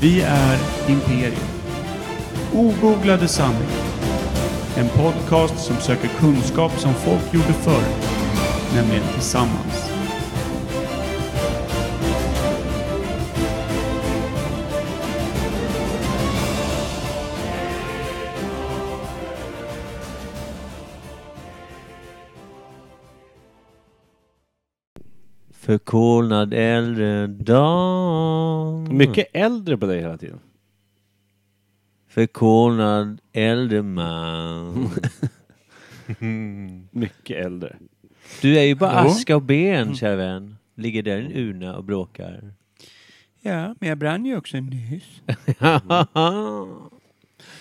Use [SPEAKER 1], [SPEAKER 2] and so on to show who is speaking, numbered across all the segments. [SPEAKER 1] Vi är Imperium. Ogooglade sanningar. En podcast som söker kunskap som folk gjorde förr, nämligen tillsammans.
[SPEAKER 2] Förkolnad äldre dam.
[SPEAKER 3] Mm. Mycket äldre på dig hela tiden.
[SPEAKER 2] Förkolnad äldre man.
[SPEAKER 3] Mycket äldre.
[SPEAKER 2] Du är ju bara
[SPEAKER 4] Jo.
[SPEAKER 2] aska och ben, kära vän. Ligger där i en urna och bråkar.
[SPEAKER 4] Ja, men jag brann ju också nyss.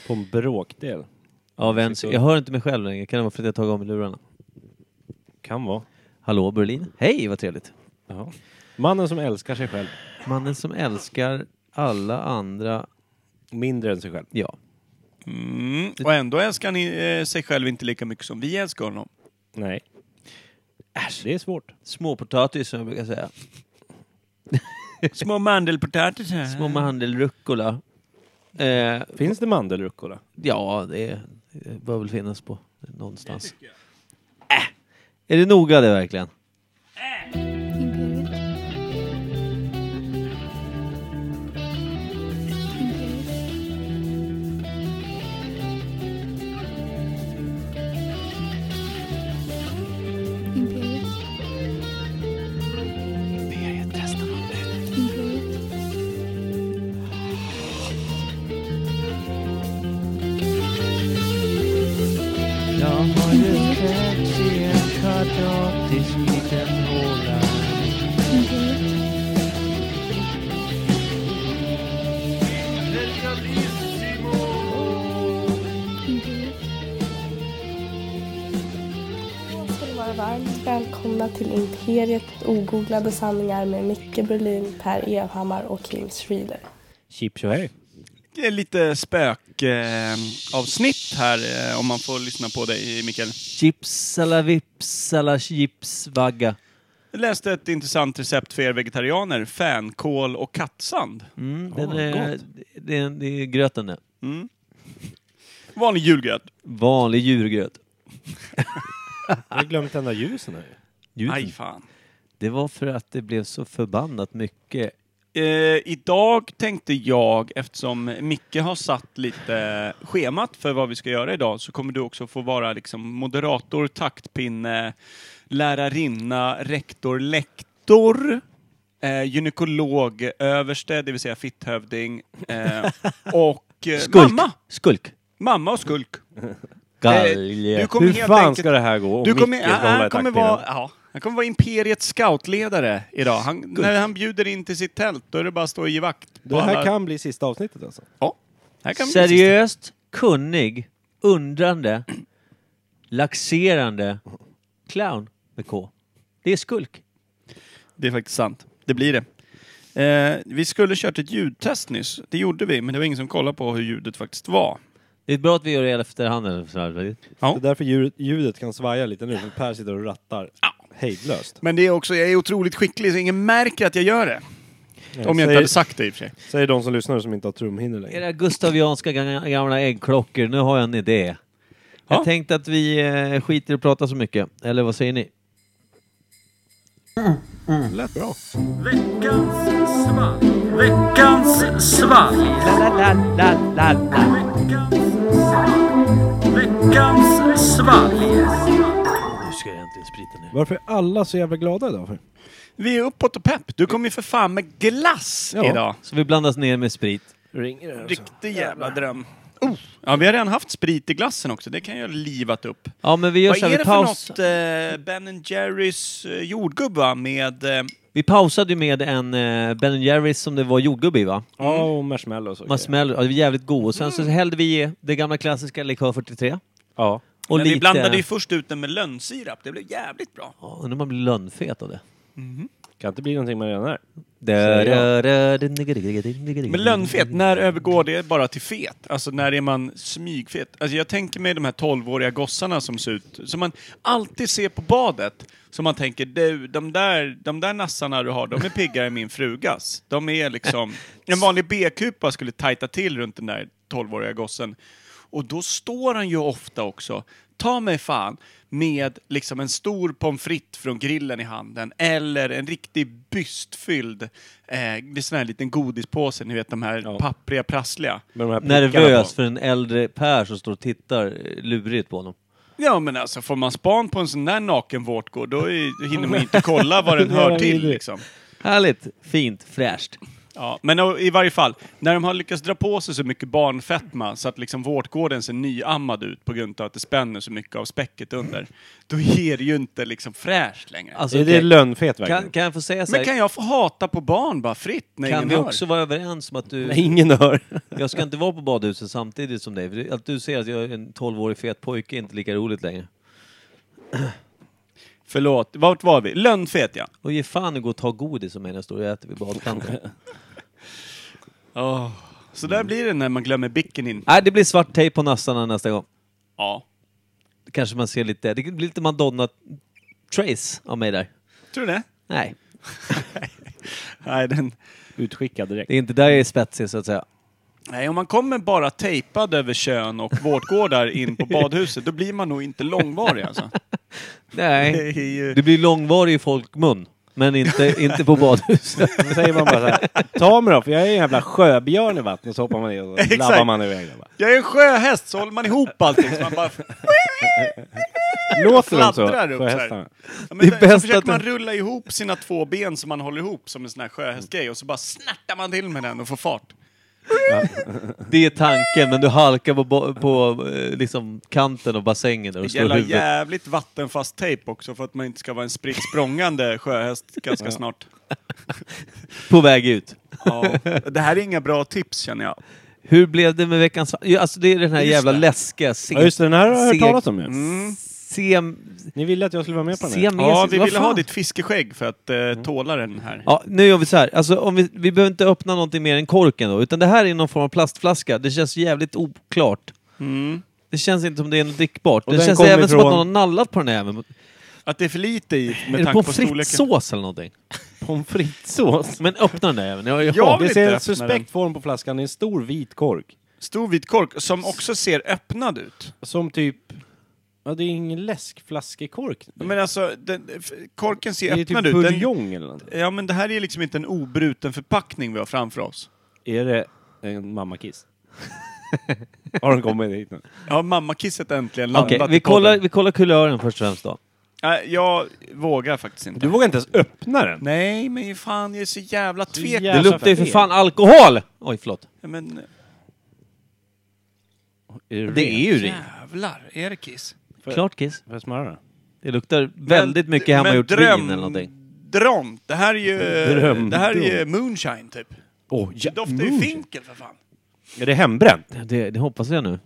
[SPEAKER 3] På en bråkdel.
[SPEAKER 2] Av ens, jag hör inte mig själv längre. Kan det vara för att jag har tagit av mig lurarna?
[SPEAKER 3] Kan vara.
[SPEAKER 2] Hallå Berlin. Hej, vad trevligt.
[SPEAKER 3] Jaha. Mannen som älskar sig själv.
[SPEAKER 2] Mannen som älskar alla andra.
[SPEAKER 3] Mindre än sig själv.
[SPEAKER 2] Ja.
[SPEAKER 4] Mm. Och ändå älskar ni eh, sig själv inte lika mycket som vi älskar honom.
[SPEAKER 3] Nej. Äsch, det är svårt.
[SPEAKER 2] Småpotatis som jag brukar säga.
[SPEAKER 4] Små mandelpotatisar.
[SPEAKER 2] Små mandelrucola. Eh,
[SPEAKER 3] Finns det mandelrucola?
[SPEAKER 2] Ja, det det bör väl finnas på någonstans. Äh, är det noga det verkligen?
[SPEAKER 5] Imperiet. Imperiet. Imperiet.
[SPEAKER 2] Jag har
[SPEAKER 5] ju
[SPEAKER 2] fötts i en kvadratisk liten håla.
[SPEAKER 5] Imperiet. Imperiet.
[SPEAKER 6] Jag ska ni vara varmt välkomna till Imperiet ogooglade sanningar med Micke Berlin, Per Evhammar och Kim Schreeder.
[SPEAKER 3] Chips och hej.
[SPEAKER 4] Det är lite spökavsnitt eh, avsnitt här, eh, om man får lyssna på dig, Mikael.
[SPEAKER 2] Chips alla vips alla chips vagga.
[SPEAKER 4] Jag läste ett intressant recept för er vegetarianer. Fänkål och kattsand.
[SPEAKER 2] Mm, den
[SPEAKER 4] Åh,
[SPEAKER 2] är,
[SPEAKER 4] gott.
[SPEAKER 2] det, är, det är gröten det.
[SPEAKER 4] Vanlig julgröt.
[SPEAKER 2] Vanlig djurgröt.
[SPEAKER 3] Jag har glömt tända ljusen här.
[SPEAKER 2] Djur.
[SPEAKER 4] Aj, fan.
[SPEAKER 2] Det var för att det blev så förbannat mycket.
[SPEAKER 4] Eh, idag tänkte jag, eftersom Micke har satt lite schemat för vad vi ska göra idag, så kommer du också få vara liksom moderator, taktpinne, lärarinna, rektor, lektor, eh, gynekolog, överste, det vill säga fitthövding, eh, och eh,
[SPEAKER 2] Skulk!
[SPEAKER 4] mamma.
[SPEAKER 2] Skulk!
[SPEAKER 4] Mamma och skulk.
[SPEAKER 2] Galge!
[SPEAKER 4] Du kommer
[SPEAKER 3] Hur
[SPEAKER 4] helt
[SPEAKER 3] fan
[SPEAKER 4] enkelt-
[SPEAKER 3] ska det här gå om
[SPEAKER 4] Du kommer,
[SPEAKER 3] Micke ska hålla
[SPEAKER 4] han,
[SPEAKER 3] i
[SPEAKER 4] kommer
[SPEAKER 3] taktpinnen?
[SPEAKER 4] vara, ja, han kommer vara Imperiets scoutledare idag. Han, när han bjuder in till sitt tält, då är det bara att stå och ge vakt. på
[SPEAKER 3] Det här
[SPEAKER 4] alla-
[SPEAKER 3] kan bli sista avsnittet alltså.
[SPEAKER 4] Ja. Här kan bli sista.
[SPEAKER 2] Seriöst, kunnig, undrande, laxerande,
[SPEAKER 4] Mm.
[SPEAKER 2] clown med K. Det är skulk.
[SPEAKER 4] Det är faktiskt sant. Det blir det. Eh, vi skulle kört ett ljudtest nyss. Det gjorde vi, men det var ingen som kollade på hur ljudet faktiskt var.
[SPEAKER 2] Det är bra att vi gör det i efterhand. eller så här.
[SPEAKER 4] Ja.
[SPEAKER 3] Det är därför ljudet, ljudet kan svaja lite nu, för Per sitter och rattar hejdlöst.
[SPEAKER 4] Men det är också, jag är otroligt skicklig så ingen märker att jag gör det. Om jag inte
[SPEAKER 3] säger,
[SPEAKER 4] hade sagt det i och för sig.
[SPEAKER 3] säger de som lyssnar som inte har trumhinnor längre.
[SPEAKER 2] Era gustavianska ga- gamla äggklockor, nu har jag en idé.
[SPEAKER 4] Ja.
[SPEAKER 2] Jag tänkte att vi eh, skiter i att prata så mycket. Eller vad säger ni?
[SPEAKER 3] Lät bra.
[SPEAKER 2] Nu ska jag äntligen sprita ner.
[SPEAKER 3] Varför är alla så jävla glada idag? För?
[SPEAKER 4] Vi är uppåt och pepp. Du kommer ju för fan med glass
[SPEAKER 3] Ja.
[SPEAKER 4] idag.
[SPEAKER 2] Så vi blandas ner med sprit.
[SPEAKER 3] Ringer det alltså.
[SPEAKER 4] Riktig jävla dröm. Oh. Ja, vi har redan haft sprit i glassen också. Det kan jag ha livat upp.
[SPEAKER 2] Ja, men vi gör
[SPEAKER 4] Vad
[SPEAKER 2] så här,
[SPEAKER 4] är
[SPEAKER 2] vi,
[SPEAKER 4] det för
[SPEAKER 2] paus...
[SPEAKER 4] något? Eh, ben Jerrys eh, jordgubb, va? Med... Eh,
[SPEAKER 2] vi pausade ju med en eh, Ben Jerrys som det var jordgubbe i, va?
[SPEAKER 3] Ja, och marshmallows och
[SPEAKER 2] Man
[SPEAKER 3] grejer.
[SPEAKER 2] smäller, ja, det var jävligt god. Och sen så
[SPEAKER 4] Mm.
[SPEAKER 2] hällde vi i det gamla klassiska likör 43.
[SPEAKER 3] Ja.
[SPEAKER 2] Och
[SPEAKER 4] men
[SPEAKER 2] lite...
[SPEAKER 4] vi blandade ju först ut den med lönnsirap. Det blev jävligt bra.
[SPEAKER 2] Ja, undrar om man blir lönnfet av det.
[SPEAKER 3] Kan inte bli någonting man redan är.
[SPEAKER 4] Men lönnfet, när övergår det bara till fet? Alltså när är man smygfet? Alltså jag tänker mig de här 12-åriga gossarna som ser ut, som man alltid ser på badet. Som man tänker, du, de där, de där nassarna du har, de är piggare än min frugas. De är liksom, en vanlig B-kupa skulle tajta till runt den där 12-åriga gossen. Och då står han ju ofta också, ta mig fan, med liksom en stor pommes frites från grillen i handen eller en riktig bystfylld eh, med sån här liten godispåse, ni vet de här
[SPEAKER 3] Ja.
[SPEAKER 4] pappriga, prassliga.
[SPEAKER 3] Med de här prickarna på.
[SPEAKER 2] Nervös för en äldre Per som står och tittar eh, lurigt på honom.
[SPEAKER 4] Ja men alltså, får man span på en sån där naken vårtgård, då är, hinner man inte kolla vad den hör till liksom.
[SPEAKER 2] Härligt, fint, fräscht.
[SPEAKER 4] Ja, men o- i varje fall, när de har lyckats dra på sig så mycket barnfetma så att liksom vårtgården ser nyammad ut på grund av att det spänner så mycket av späcket under, då ger det ju inte liksom fräscht längre.
[SPEAKER 2] Alltså,
[SPEAKER 3] är det
[SPEAKER 2] okej.
[SPEAKER 3] lönnfet verkligen?
[SPEAKER 2] kan, kan jag få säga så
[SPEAKER 4] men
[SPEAKER 2] här?
[SPEAKER 4] kan
[SPEAKER 2] Kan,
[SPEAKER 4] jag få hata på barn bara fritt när ingen
[SPEAKER 2] vi
[SPEAKER 4] hör?
[SPEAKER 2] också vara överens om att du...
[SPEAKER 3] Nej, ingen hör.
[SPEAKER 2] Jag ska inte vara på badhuset samtidigt som dig. för det- Att du säger att jag är en 12-årig fet pojke är inte lika roligt längre.
[SPEAKER 4] Förlåt, vart var vi? Lönnfet ja.
[SPEAKER 2] Och ge fan i gå och ta godis som mig när jag står och äter vid badkanten.
[SPEAKER 4] Så där blir det när man glömmer bicken in.
[SPEAKER 2] Nej, det blir svart tejp på nassarna nästa gång.
[SPEAKER 4] Ja.
[SPEAKER 2] Kanske man ser lite... Det blir lite Madonna-trace av mig där.
[SPEAKER 4] Tror du det?
[SPEAKER 2] Nej,
[SPEAKER 4] Nej, den...
[SPEAKER 3] Utskickad direkt.
[SPEAKER 2] det är inte där jag är spetsig så att säga.
[SPEAKER 4] Nej, om man kommer bara tejpad över kön och vårtgårdar in på badhuset, då blir man nog inte långvarig alltså. Det
[SPEAKER 2] Nej.
[SPEAKER 4] är ju...
[SPEAKER 2] Du blir långvarig i folkmun, men inte, inte på badhuset.
[SPEAKER 3] Då säger man bara så här, ta mig då, för jag är en jävla sjöbjörn i vattnet. Så hoppar man i och så
[SPEAKER 4] Exakt.
[SPEAKER 3] labbar man iväg. där bara.
[SPEAKER 4] Jag är en sjöhäst, så håller man ihop allting. Så man bara...
[SPEAKER 3] Låter de så?
[SPEAKER 4] Fladdrar upp så här.
[SPEAKER 3] Sjöhästarna.
[SPEAKER 4] Ja,
[SPEAKER 2] Det
[SPEAKER 4] men
[SPEAKER 2] är
[SPEAKER 4] det
[SPEAKER 2] bäst
[SPEAKER 4] så försöker
[SPEAKER 2] att-
[SPEAKER 4] man rulla ihop sina två ben som man håller ihop som en sån här sjöhästgrej och så bara snärtar man till med den och får fart.
[SPEAKER 2] Det är tanken, men du halkar på, bo- på eh, liksom, kanten av bassängen där och
[SPEAKER 4] Det
[SPEAKER 2] slår
[SPEAKER 4] gäller
[SPEAKER 2] huvudet.
[SPEAKER 4] jävligt vattenfast tejp också för att man inte ska vara en spritt språngande sjöhäst ganska snart.
[SPEAKER 2] På väg ut.
[SPEAKER 4] Ja. Det här är inga bra tips känner jag.
[SPEAKER 2] Hur blev det med veckans... Ja, Alltså det är den här
[SPEAKER 4] Just
[SPEAKER 2] jävla
[SPEAKER 4] det.
[SPEAKER 2] läskiga... Se-
[SPEAKER 3] Ja just det, den här har jag hört
[SPEAKER 2] seg-
[SPEAKER 3] talas om ju.
[SPEAKER 4] Mm.
[SPEAKER 2] Sem...
[SPEAKER 3] Ni ville att jag skulle vara med på den här.
[SPEAKER 2] Sem...
[SPEAKER 4] Ja, vi
[SPEAKER 2] vad
[SPEAKER 4] ville
[SPEAKER 2] fan?
[SPEAKER 4] ha ditt fiskeskägg för att eh, tåla den här.
[SPEAKER 2] Mm. Ja, nu gör vi så här. Alltså, om vi, vi behöver inte öppna någonting mer än korken då, utan det här är någon form av plastflaska. Det känns jävligt oklart. Det känns inte som det är något drickbart.
[SPEAKER 3] Mm. Och
[SPEAKER 2] det
[SPEAKER 3] den
[SPEAKER 2] känns
[SPEAKER 3] kom
[SPEAKER 2] även som att
[SPEAKER 3] ifrån-
[SPEAKER 2] någon har nallat på den här jäveln.
[SPEAKER 4] Att det är för lite i
[SPEAKER 2] Är
[SPEAKER 4] med
[SPEAKER 2] det på
[SPEAKER 4] tanke på storleken.
[SPEAKER 2] frittsås eller någonting?
[SPEAKER 3] Pommes frites-sås.
[SPEAKER 2] Men öppna den där jäveln. Jag, jag,
[SPEAKER 4] Jag
[SPEAKER 2] jag,
[SPEAKER 4] vill
[SPEAKER 3] Det ser
[SPEAKER 4] inte
[SPEAKER 3] en
[SPEAKER 4] öppna den.
[SPEAKER 3] suspekt form på flaskan, det är en stor vit kork.
[SPEAKER 4] Stor vit kork som också ser öppnad ut.
[SPEAKER 3] Som typ... Ja, det är ingen läskflaskekork.
[SPEAKER 4] Men alltså, den, f- korken
[SPEAKER 3] det
[SPEAKER 4] ser
[SPEAKER 3] är typ
[SPEAKER 4] öppnad ut. Den,
[SPEAKER 3] buljong eller något.
[SPEAKER 4] Ja, men det här är liksom inte en obruten förpackning vi har framför oss.
[SPEAKER 3] Är det en mammakiss? Har den kommit hit nu?
[SPEAKER 4] Ja, mammakisset äntligen landat
[SPEAKER 2] vi,
[SPEAKER 4] i podden.
[SPEAKER 2] kollar, vi kollar kulören först och främst då.
[SPEAKER 4] Nej, jag vågar faktiskt inte.
[SPEAKER 3] Du vågar inte ens öppna den?
[SPEAKER 4] Nej, men fan, jag är så jävla tveksam.
[SPEAKER 2] Det
[SPEAKER 3] jävla- Alltså,
[SPEAKER 2] luktar ju för
[SPEAKER 3] fel.
[SPEAKER 2] fan alkohol! Oj, förlåt.
[SPEAKER 4] Men
[SPEAKER 2] Det är ju det.
[SPEAKER 4] jävlar, är det kiss?
[SPEAKER 2] Klart Kiss.
[SPEAKER 3] Får jag smöra den?
[SPEAKER 2] Det luktar väldigt mycket hemmagjort vin eller någonting.
[SPEAKER 4] Drömt. Det här är ju,
[SPEAKER 3] Dröm.
[SPEAKER 4] det här är ju moonshine, typ.
[SPEAKER 3] Åh,
[SPEAKER 4] Det
[SPEAKER 3] ja, mm.
[SPEAKER 4] doftar ju finkel, för fan.
[SPEAKER 3] Är det hembränt?
[SPEAKER 2] Det, det hoppas jag nu.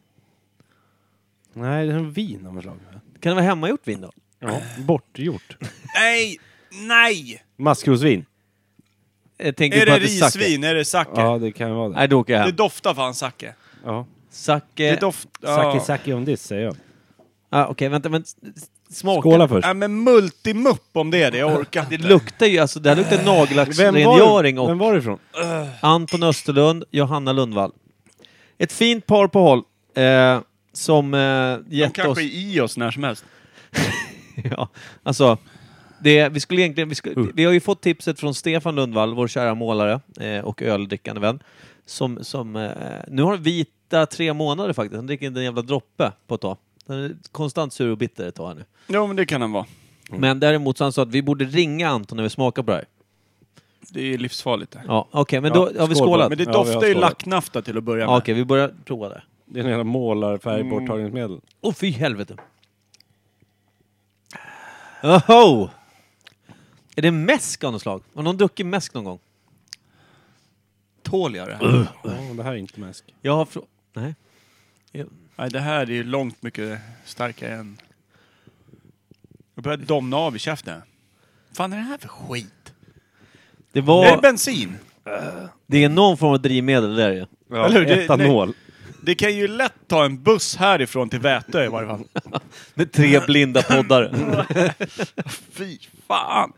[SPEAKER 3] Nej, det är en vin av något slag.
[SPEAKER 2] Kan det vara hemmagjort vin då?
[SPEAKER 3] Ja, bortgjort.
[SPEAKER 4] Nej! Nej!
[SPEAKER 3] Maskrosvin?
[SPEAKER 2] Jag tänker
[SPEAKER 4] Är
[SPEAKER 2] på
[SPEAKER 4] det
[SPEAKER 2] att det är sake.
[SPEAKER 4] risvin? Är det sake?
[SPEAKER 3] Ja, det kan vara det.
[SPEAKER 2] Nej, då åker jag
[SPEAKER 4] Det
[SPEAKER 2] hem.
[SPEAKER 4] doftar fan sake.
[SPEAKER 3] Ja.
[SPEAKER 4] Det
[SPEAKER 2] Eh, Sake...
[SPEAKER 4] doftar...
[SPEAKER 3] Saki saki on this, säger jag.
[SPEAKER 2] Ah, Okej, vänta, men s- s- smaka.
[SPEAKER 3] Skåla först.
[SPEAKER 4] Ja, men multimupp om det är det. Jag orkar
[SPEAKER 2] Det
[SPEAKER 4] inte.
[SPEAKER 2] luktar ju, alltså det här luktar nagellacksrengöring
[SPEAKER 3] var,
[SPEAKER 2] och
[SPEAKER 3] vem var det ifrån?
[SPEAKER 2] Anton Österlund, Johanna Lundvall. Ett fint par på håll eh, som eh,
[SPEAKER 4] De
[SPEAKER 2] gett oss...
[SPEAKER 4] kanske är i oss när som helst.
[SPEAKER 2] ja, alltså, det, vi skulle egentligen... Vi, skulle, vi har ju fått tipset från Stefan Lundvall, vår kära målare eh, och öldrickande vän, som... som eh, nu har han vita tre månader faktiskt. Han dricker inte en jävla droppe på ett tag. Han är konstant sur och bitter ett tag här nu.
[SPEAKER 4] Jo, men det kan han vara.
[SPEAKER 2] Men däremot så han sa att vi borde ringa Anton när vi smakar på det här.
[SPEAKER 4] Det är ju livsfarligt det.
[SPEAKER 2] Ja, okej, men
[SPEAKER 3] Ja,
[SPEAKER 2] då har vi
[SPEAKER 3] skål.
[SPEAKER 2] skålat.
[SPEAKER 4] Men det
[SPEAKER 3] Ja, vi har
[SPEAKER 4] doftar ju
[SPEAKER 3] skålat.
[SPEAKER 4] lacknafta till att börja
[SPEAKER 2] Ja,
[SPEAKER 4] med.
[SPEAKER 2] okej, vi börjar prova det.
[SPEAKER 3] Det är en jävla målarfärgborttagningsmedel.
[SPEAKER 2] Åh, fy helvete. Oho! Är det mäsk av något slag? Har någon druckit mäsk någon gång?
[SPEAKER 4] Tål jag det här?
[SPEAKER 3] Ja, det här är inte mäsk.
[SPEAKER 2] Jag har frå- Nej.
[SPEAKER 4] Nej, det här är ju långt mycket starkare än... Jag börjar domna av i käften. fan är det här för skit?
[SPEAKER 2] Det,
[SPEAKER 4] Är det
[SPEAKER 2] var,
[SPEAKER 4] bensin?
[SPEAKER 2] det är någon form av drivmedel där ju.
[SPEAKER 3] Ja,
[SPEAKER 4] Eller hur? Det-
[SPEAKER 3] etanol.
[SPEAKER 4] Det kan ju lätt ta en buss härifrån till Vätö i varje fall.
[SPEAKER 2] Med tre blinda poddare.
[SPEAKER 4] Fy fan!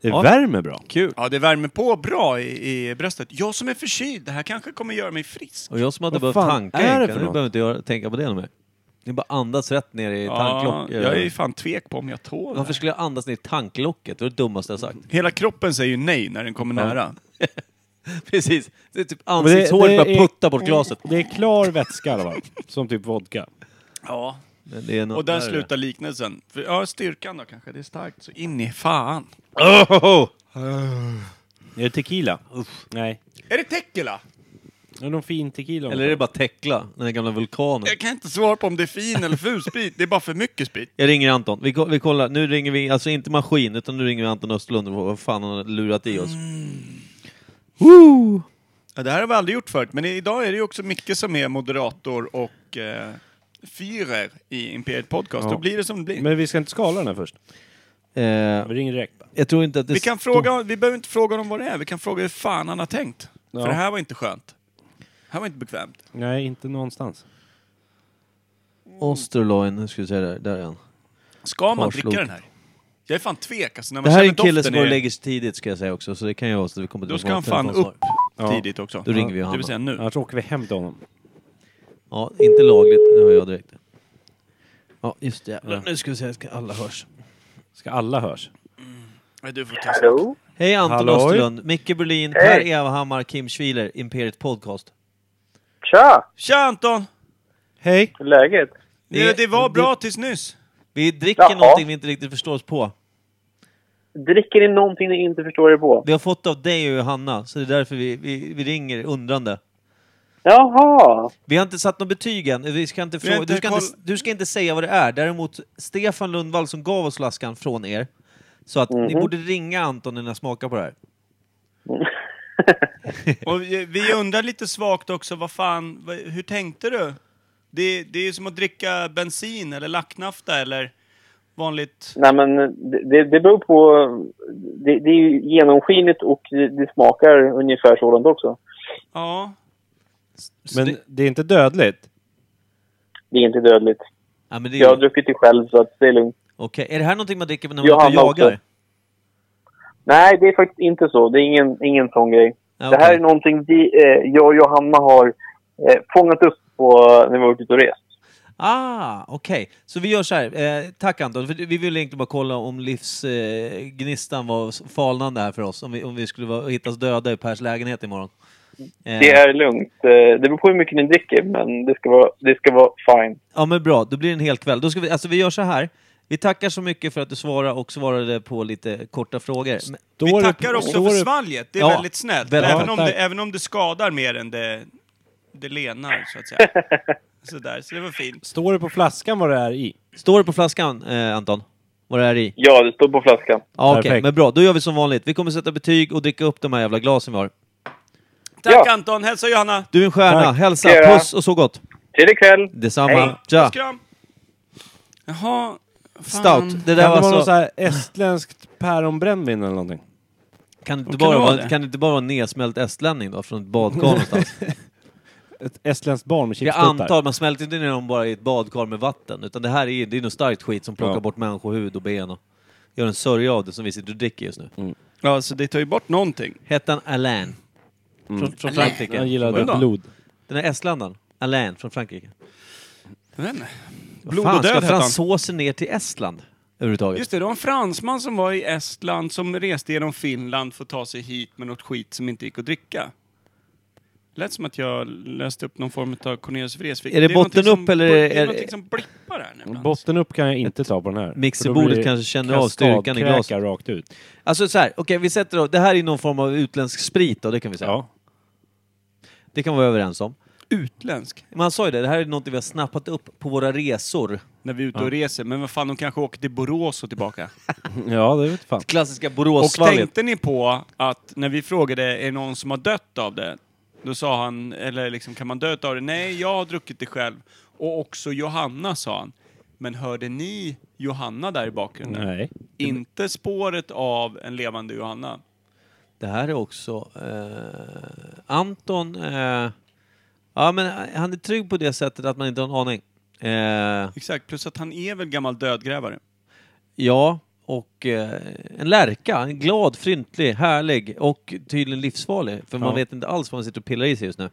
[SPEAKER 3] Det värmer bra.
[SPEAKER 2] Kul.
[SPEAKER 4] Ja, det värmer på bra i, i bröstet. Jag som är förkyld, det här kanske kommer göra mig frisk.
[SPEAKER 2] Och jag som hade
[SPEAKER 3] Vad
[SPEAKER 2] behövt
[SPEAKER 3] fan
[SPEAKER 2] tanka
[SPEAKER 3] är det
[SPEAKER 2] egentligen,
[SPEAKER 3] för
[SPEAKER 2] nu
[SPEAKER 3] något?
[SPEAKER 2] behöver inte jag tänka på det nu mer. Det är bara andas rätt ner i
[SPEAKER 4] Ja,
[SPEAKER 2] tanklocket.
[SPEAKER 4] jag är ju fan tvek på om jag tål det.
[SPEAKER 2] Varför skulle jag andas ner i tanklocket? Det var det dummaste jag sagt.
[SPEAKER 4] Hela kroppen säger ju nej när den kommer nära.
[SPEAKER 2] Precis. Det är typ
[SPEAKER 3] det-
[SPEAKER 2] ansiktshåret
[SPEAKER 3] det
[SPEAKER 2] bara
[SPEAKER 3] är-
[SPEAKER 2] puttar bort glaset.
[SPEAKER 3] Det är klar vätska i alla fall. Som typ vodka.
[SPEAKER 4] Ja.
[SPEAKER 2] Men Det är något
[SPEAKER 4] Och där
[SPEAKER 2] värre.
[SPEAKER 4] slutar liknelsen. För, ja, styrkan då kanske. Det är starkt så in i fan.
[SPEAKER 3] Är det tequila? Nej.
[SPEAKER 4] Är det tequila?
[SPEAKER 3] Är det någon fin tequila?
[SPEAKER 2] Eller är det bara Tekla, den där gamla vulkanen?
[SPEAKER 4] Jag kan inte svara på om det är fin eller ful sprit. Det är bara för mycket sprit.
[SPEAKER 2] Jag ringer Anton. Vi, ko- vi kollar. Nu ringer vi, alltså inte maskin, utan nu ringer vi Anton Östlund och frågar vad fan han har lurat i oss.
[SPEAKER 4] Ja, det här har vi aldrig gjort förut, men idag är det ju också Micke som är moderator och eh, fyrer i Imperiet Podcast. Då blir det som det blir.
[SPEAKER 3] Men vi ska inte skala den här först.
[SPEAKER 2] Eh,
[SPEAKER 3] Vi ringer direkt. bara.
[SPEAKER 2] jag tror inte att det
[SPEAKER 4] vi, kan
[SPEAKER 2] står-
[SPEAKER 4] fråga, vi behöver inte fråga honom vad det är, vi kan fråga hur fan han har tänkt.
[SPEAKER 3] Ja.
[SPEAKER 4] För det här var inte skönt. Det här var inte bekvämt.
[SPEAKER 3] Nej, inte någonstans.
[SPEAKER 2] Osterloin, nu ska vi se där. Där är han.
[SPEAKER 4] Ska man
[SPEAKER 2] Kvarslok.
[SPEAKER 4] dricka den här? Jag är fan tvek alltså, när man
[SPEAKER 2] Det här är en
[SPEAKER 4] känner
[SPEAKER 2] kille som
[SPEAKER 4] doften
[SPEAKER 2] går och
[SPEAKER 4] är-
[SPEAKER 2] lägger sig tidigt ska jag säga också, så det kan ju vara så att vi kommer
[SPEAKER 4] Då
[SPEAKER 2] till
[SPEAKER 4] ska han
[SPEAKER 2] vårt
[SPEAKER 4] fan
[SPEAKER 2] telefonsvar.
[SPEAKER 4] upp tidigt också.
[SPEAKER 2] Då ringer vi
[SPEAKER 4] Det vill
[SPEAKER 2] Johanna.
[SPEAKER 4] säga nu.
[SPEAKER 3] Annars åker vi hem till honom.
[SPEAKER 2] Ja, inte lagligt. Det hör jag direkt. Ja, just det. Nu ska vi se, ska alla hörs.
[SPEAKER 3] Ska alla hörs.
[SPEAKER 4] Nej, Du får ta
[SPEAKER 7] Hallå?
[SPEAKER 2] Hej Anton
[SPEAKER 3] Hallå.
[SPEAKER 2] Österlund, Micke Berlin, Per Evhammar, Kim Schwiler, Imperiet Podcast.
[SPEAKER 7] Tja!
[SPEAKER 4] Tja Anton!
[SPEAKER 3] Hej!
[SPEAKER 7] Hur är läget?
[SPEAKER 4] Det, det var bra tills nyss.
[SPEAKER 2] Vi dricker
[SPEAKER 7] Jaha.
[SPEAKER 2] någonting vi inte riktigt förstår oss på.
[SPEAKER 7] Dricker ni någonting ni inte förstår er på?
[SPEAKER 2] Vi har fått av dig och Johanna, så det är därför vi, vi, vi ringer undrande.
[SPEAKER 7] Jaha!
[SPEAKER 2] Vi har inte satt något betyg än. Vi ska inte
[SPEAKER 4] Vi har
[SPEAKER 2] fråga,
[SPEAKER 4] inte
[SPEAKER 2] du, ska inte,
[SPEAKER 4] koll-
[SPEAKER 2] du ska inte säga vad det är. Däremot Stefan Lundvall som gav oss flaskan från er. Så att ni borde ringa Anton när ni smakar på det här.
[SPEAKER 4] Och vi vi undrar lite svagt också, vad fan, vad- hur tänkte du? Det, det är ju som att dricka bensin eller lacknafta eller vanligt...
[SPEAKER 7] Nej men det- det, det beror på... Det, det är ju genomskinligt och det, det smakar ungefär sådant också.
[SPEAKER 4] Ja.
[SPEAKER 3] Men det är inte dödligt.
[SPEAKER 7] Det är inte dödligt.
[SPEAKER 2] Ja, men det
[SPEAKER 7] Jag har
[SPEAKER 2] är,
[SPEAKER 7] druckit det själv så att det är lugnt.
[SPEAKER 2] Okej, Är det här någonting man dricker när man
[SPEAKER 7] Jag
[SPEAKER 2] är ute
[SPEAKER 7] har
[SPEAKER 2] och jagar?
[SPEAKER 7] också. Nej, det är faktiskt inte så. Det är ingen, ingen sån grej.
[SPEAKER 2] Ja,
[SPEAKER 7] Det här
[SPEAKER 2] okej.
[SPEAKER 7] är någonting vi, eh, jag och Johanna har eh, fångat upp på när vi har varit ute och rest.
[SPEAKER 2] Ah, okej. Så vi gör så här. Eh, tack Anton, för vi ville egentligen bara kolla om livsgnistan eh, gnistan var s- falnande här för oss, om vi, om vi skulle vara, hittas döda i Pers lägenhet imorgon. Eh,
[SPEAKER 7] Det är lugnt. Eh, det beror på hur mycket ni dricker men det ska vara, det ska vara fine.
[SPEAKER 2] Ja men bra, då blir det en hel kväll. Då ska vi, alltså vi gör så här. Vi tackar så mycket för att du svarade och svarade på lite korta frågor. Men,
[SPEAKER 3] Då
[SPEAKER 4] Vi
[SPEAKER 3] är det-
[SPEAKER 4] tackar också
[SPEAKER 3] då
[SPEAKER 4] för
[SPEAKER 3] är det-
[SPEAKER 4] svalget, det är
[SPEAKER 2] Ja,
[SPEAKER 4] väldigt snällt.
[SPEAKER 2] väldigt
[SPEAKER 4] även, om
[SPEAKER 3] tack.
[SPEAKER 4] det, även om det skadar mer än det, det lenar, så att säga. Sådär, så det var fint.
[SPEAKER 3] Står det på flaskan vad det är i?
[SPEAKER 2] står det på flaskan, eh, Anton? Vad det är i?
[SPEAKER 7] Ja, det står på flaskan.
[SPEAKER 2] Ja, okej.
[SPEAKER 3] Perfekt.
[SPEAKER 2] Men bra, då gör vi som vanligt. Vi kommer sätta betyg och dricka upp de här jävla glasen vi har.
[SPEAKER 4] Tack
[SPEAKER 7] Ja.
[SPEAKER 4] Anton, hälsa Johanna!
[SPEAKER 2] Du är en stjärna.
[SPEAKER 3] Tack.
[SPEAKER 2] Hälsa,
[SPEAKER 7] Ska jag göra.
[SPEAKER 2] puss och så gott.
[SPEAKER 7] Trevlig kväll!
[SPEAKER 2] Detsamma.
[SPEAKER 7] Hej.
[SPEAKER 2] Tja.
[SPEAKER 4] Kram! Jaha, fan.
[SPEAKER 2] Stout. Det där
[SPEAKER 3] Det kan det
[SPEAKER 2] var
[SPEAKER 3] vara något så
[SPEAKER 2] så...
[SPEAKER 3] här estländskt päronbrännvin eller någonting?
[SPEAKER 2] Kan det, inte
[SPEAKER 4] Kan
[SPEAKER 2] bara
[SPEAKER 4] det vara
[SPEAKER 2] vara,
[SPEAKER 4] det?
[SPEAKER 2] kan det inte bara vara en nedsmält estlänning då, från ett badkar någonstans?
[SPEAKER 3] Ett estländskt barn med
[SPEAKER 2] Jag
[SPEAKER 3] chipstuttar?
[SPEAKER 2] antar, man smälter inte ner dem bara i ett badkar med vatten, utan det här är, det är något starkt skit som plockar
[SPEAKER 3] Ja.
[SPEAKER 2] bort människohud och ben och gör en sörja av det som vi sitter och dricker just nu.
[SPEAKER 4] Ja, så det tar ju bort någonting.
[SPEAKER 2] Hette han Alain?
[SPEAKER 4] Mm.
[SPEAKER 2] Från, från Frankrike?
[SPEAKER 3] Han gillade
[SPEAKER 4] Vem då?
[SPEAKER 3] blod.
[SPEAKER 2] Den här estländaren? Alain från Frankrike.
[SPEAKER 4] Jag vet inte.
[SPEAKER 2] Blod
[SPEAKER 4] Blod
[SPEAKER 2] Fan,
[SPEAKER 4] och död
[SPEAKER 2] ska
[SPEAKER 4] hette han.
[SPEAKER 2] fransoser ner till Estland? Överhuvudtaget?
[SPEAKER 4] Just det, det var en fransman som var i Estland som reste genom Finland för att ta sig hit med något skit som inte gick att dricka. Lät som att jag läste upp någon form av Cornelius Vreeswijk.
[SPEAKER 2] Är det
[SPEAKER 4] någonting
[SPEAKER 2] botten upp
[SPEAKER 4] som-
[SPEAKER 2] eller
[SPEAKER 4] Det
[SPEAKER 2] är-
[SPEAKER 4] är någonting som blippar här nu ibland.
[SPEAKER 3] Botten upp kan jag inte ta på den här.
[SPEAKER 2] Mixerbordet
[SPEAKER 3] För då blir det
[SPEAKER 2] kanske känner av styrkan i glaset.
[SPEAKER 3] kaskadkräka rakt ut.
[SPEAKER 2] Alltså så här, okej vi sätter då, det här är någon form av utländsk sprit då, det kan vi säga.
[SPEAKER 3] Ja.
[SPEAKER 2] Det kan vi vara överens om.
[SPEAKER 4] Utländsk.
[SPEAKER 2] Man sa ju det, det här är något vi har snappat upp på våra resor.
[SPEAKER 4] När vi är ute och reser. Men vad fan, de kanske åker till Borås och tillbaka.
[SPEAKER 3] ja, det vet fan.
[SPEAKER 2] Klassiska
[SPEAKER 4] Och
[SPEAKER 2] Boråssvalget.
[SPEAKER 4] tänkte ni på att när vi frågade är det någon som har dött av det? Då sa han, eller liksom kan man dö av det? Nej, jag har druckit det själv. Och också Johanna sa han. Men hörde ni Johanna där i bakgrunden?
[SPEAKER 3] Nej.
[SPEAKER 4] Inte spåret av en levande Johanna.
[SPEAKER 2] Det här är också eh, Anton... Eh, ja, men han är trygg på det sättet att man inte har en aning. Eh,
[SPEAKER 4] Exakt, plus att han är väl gammal dödgrävare.
[SPEAKER 2] ja, och eh, en lärka. En glad, fryntlig, härlig och tydligen livsfarlig. För man
[SPEAKER 3] Ja.
[SPEAKER 2] vet inte alls vad man sitter och pillar i sig just nu.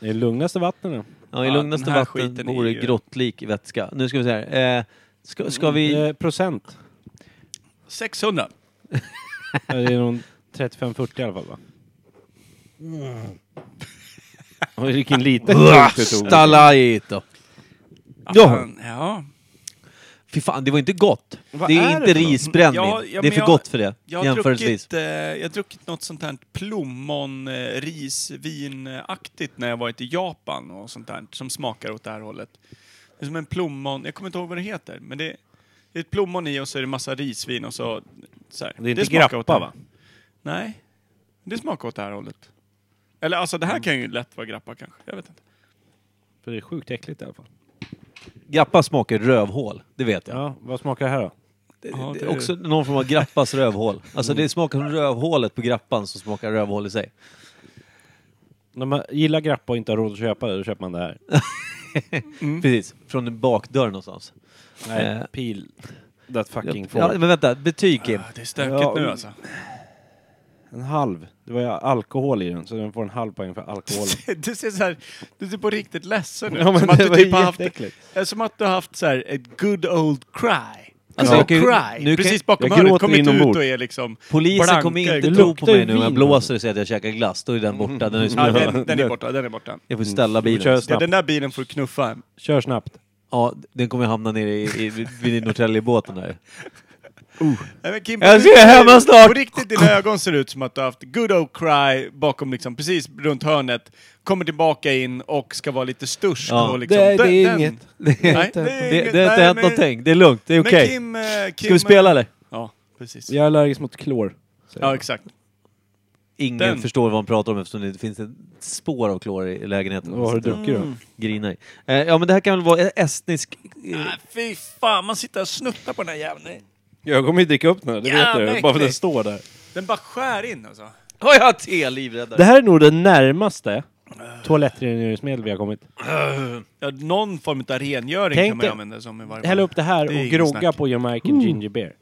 [SPEAKER 3] Det är lugnaste vattnet nu.
[SPEAKER 2] Ja, I
[SPEAKER 4] Ja,
[SPEAKER 2] lugnaste
[SPEAKER 4] den här
[SPEAKER 2] vatten
[SPEAKER 4] skiten är
[SPEAKER 2] vore
[SPEAKER 4] ju-
[SPEAKER 2] grottlik vätska. Nu ska vi se här. Eh, ska, ska vi...
[SPEAKER 4] Mm,
[SPEAKER 3] Eh, procent.
[SPEAKER 4] 600.
[SPEAKER 3] Eh, Det är någon 35-40 i alla fall va? Mm. Oj, Vilken liten klunk du tog.
[SPEAKER 2] Stalajt då.
[SPEAKER 3] Ja.
[SPEAKER 4] Fan, ja.
[SPEAKER 2] Fy fan, det var inte gott.
[SPEAKER 3] Vad
[SPEAKER 2] det är,
[SPEAKER 3] är det
[SPEAKER 2] inte
[SPEAKER 3] för något?
[SPEAKER 2] risbrännvin.
[SPEAKER 4] Ja, ja,
[SPEAKER 2] det är
[SPEAKER 4] men
[SPEAKER 2] för
[SPEAKER 4] jag-
[SPEAKER 2] gott för det,
[SPEAKER 4] Jag har,
[SPEAKER 2] jämförelsevis.
[SPEAKER 4] druckit, eh, jag har druckit något sånt här plommon, eh, ris, vinaktigt när jag varit i Japan och sånt där som smakar åt det här hållet. Det är som en plommon, jag kommer inte ihåg vad det heter, men det det är ett plommon i och så är det massa risvin och så... så här.
[SPEAKER 3] Det är inte
[SPEAKER 4] smakar
[SPEAKER 3] grappa
[SPEAKER 4] åt det här.
[SPEAKER 3] va?
[SPEAKER 4] Nej, det smakar åt det här hållet. Eller alltså det här
[SPEAKER 3] Mm.
[SPEAKER 4] kan ju lätt vara grappa kanske, jag vet inte.
[SPEAKER 3] För det är sjukt äckligt i alla fall.
[SPEAKER 2] Grappa smakar rövhål, det vet jag.
[SPEAKER 3] Ja, vad smakar det här då?
[SPEAKER 2] Det,
[SPEAKER 4] Ja,
[SPEAKER 2] det
[SPEAKER 4] det
[SPEAKER 2] är
[SPEAKER 4] är
[SPEAKER 2] också någon form av grappas rövhål. Alltså det smakar som rövhålet på grappan som smakar rövhål i sig.
[SPEAKER 3] När man gillar grappa och inte har råd att köpa det, då köper man det här.
[SPEAKER 4] Mm.
[SPEAKER 2] Precis, från en bakdörr någonstans. Eh.
[SPEAKER 3] Nej, pil. That fucking
[SPEAKER 2] Ja,
[SPEAKER 3] fork.
[SPEAKER 2] men vänta, betyg Kim.
[SPEAKER 4] Det är stökigt
[SPEAKER 3] Ja,
[SPEAKER 4] nu
[SPEAKER 3] men-
[SPEAKER 4] alltså.
[SPEAKER 3] En halv. Det var ju alkohol i den, så den får en halv poäng för alkoholen.
[SPEAKER 4] Du ser så här, du ser på riktigt ledsen ut.
[SPEAKER 3] Ja, men
[SPEAKER 4] som, att
[SPEAKER 3] det
[SPEAKER 4] du
[SPEAKER 3] var
[SPEAKER 4] typ
[SPEAKER 3] ju
[SPEAKER 4] har haft,
[SPEAKER 3] jätteäckligt.
[SPEAKER 4] eh, som att du har haft så här, ett good old cry.
[SPEAKER 2] Alltså,
[SPEAKER 4] Alltså,
[SPEAKER 2] jag kan ju-
[SPEAKER 4] cry.
[SPEAKER 2] nu kan-
[SPEAKER 4] Precis bakom
[SPEAKER 3] jag
[SPEAKER 4] hörnet.
[SPEAKER 3] gråter
[SPEAKER 4] Kom inte ut
[SPEAKER 3] inombords.
[SPEAKER 4] och är liksom...
[SPEAKER 2] Polisen
[SPEAKER 4] blanka.
[SPEAKER 2] kommer inte
[SPEAKER 4] Det
[SPEAKER 2] tro på
[SPEAKER 3] luktar ju
[SPEAKER 2] mig nu om jag
[SPEAKER 3] vin.
[SPEAKER 2] blåser och säger att jag käkar glass. Då är den borta. Den är ju
[SPEAKER 4] alltså. Ja,
[SPEAKER 2] som
[SPEAKER 4] den, den är borta, den är borta.
[SPEAKER 2] jag får ställa bilen.
[SPEAKER 3] Kör
[SPEAKER 4] Ja,
[SPEAKER 3] snabbt.
[SPEAKER 4] den där bilen får du knuffa.
[SPEAKER 3] Kör snabbt.
[SPEAKER 2] Ja, den kommer hamna nere i, i, vid Norrtäljebåten där.
[SPEAKER 4] Nej, men Kim,
[SPEAKER 2] Jag
[SPEAKER 4] på
[SPEAKER 2] ska
[SPEAKER 4] riktigt-
[SPEAKER 2] hemma snart.
[SPEAKER 4] På riktigt, dina ögon ser ut som att du har haft good old cry bakom, liksom, precis runt hörnet. Kommer tillbaka in och ska vara lite stursk.
[SPEAKER 2] Ja.
[SPEAKER 4] och liksom,
[SPEAKER 3] Det- det är
[SPEAKER 4] den- den-
[SPEAKER 3] inget.
[SPEAKER 2] Det,
[SPEAKER 4] Nej, det är
[SPEAKER 2] det,
[SPEAKER 4] inget.
[SPEAKER 2] det har inte
[SPEAKER 4] Nej,
[SPEAKER 2] hänt
[SPEAKER 4] men-
[SPEAKER 2] någonting. Det är lugnt. Det är okej.
[SPEAKER 4] Men Kim, eh, Kim...
[SPEAKER 2] Ska vi spela eller?
[SPEAKER 4] Ja, precis.
[SPEAKER 3] Jag är allergisk mot klor. säger
[SPEAKER 4] Ja,
[SPEAKER 3] jag.
[SPEAKER 4] exakt.
[SPEAKER 2] Ingen
[SPEAKER 4] Den.
[SPEAKER 2] förstår vad han pratar om eftersom det inte finns ett spår av klor i lägenheten.
[SPEAKER 3] Vad har du
[SPEAKER 2] Så
[SPEAKER 3] druckit då?
[SPEAKER 2] Grinar. i. Eh, ja men det här kan väl vara estnisk... eh,
[SPEAKER 4] Nej, Ah, fy fan, man sitter och snuttar på den här jäveln.
[SPEAKER 3] Jag kommer ju dricka upp den, här, det
[SPEAKER 4] Jävla
[SPEAKER 3] vet du. Bara för att den
[SPEAKER 4] äckligt.
[SPEAKER 3] står där.
[SPEAKER 4] Den bara skär in alltså.
[SPEAKER 2] Har jag te livräddare?
[SPEAKER 3] Det här är nog det närmaste toalettrengöringsmedel vi har kommit.
[SPEAKER 4] Ja, någon form av rengöring
[SPEAKER 3] Tänk
[SPEAKER 4] kan man
[SPEAKER 3] dig-
[SPEAKER 4] ju använda det som i varje
[SPEAKER 3] Häll upp det här
[SPEAKER 4] Det är
[SPEAKER 3] och
[SPEAKER 4] ingen
[SPEAKER 3] grogga
[SPEAKER 4] snack.
[SPEAKER 3] på Jamaican ginger beer.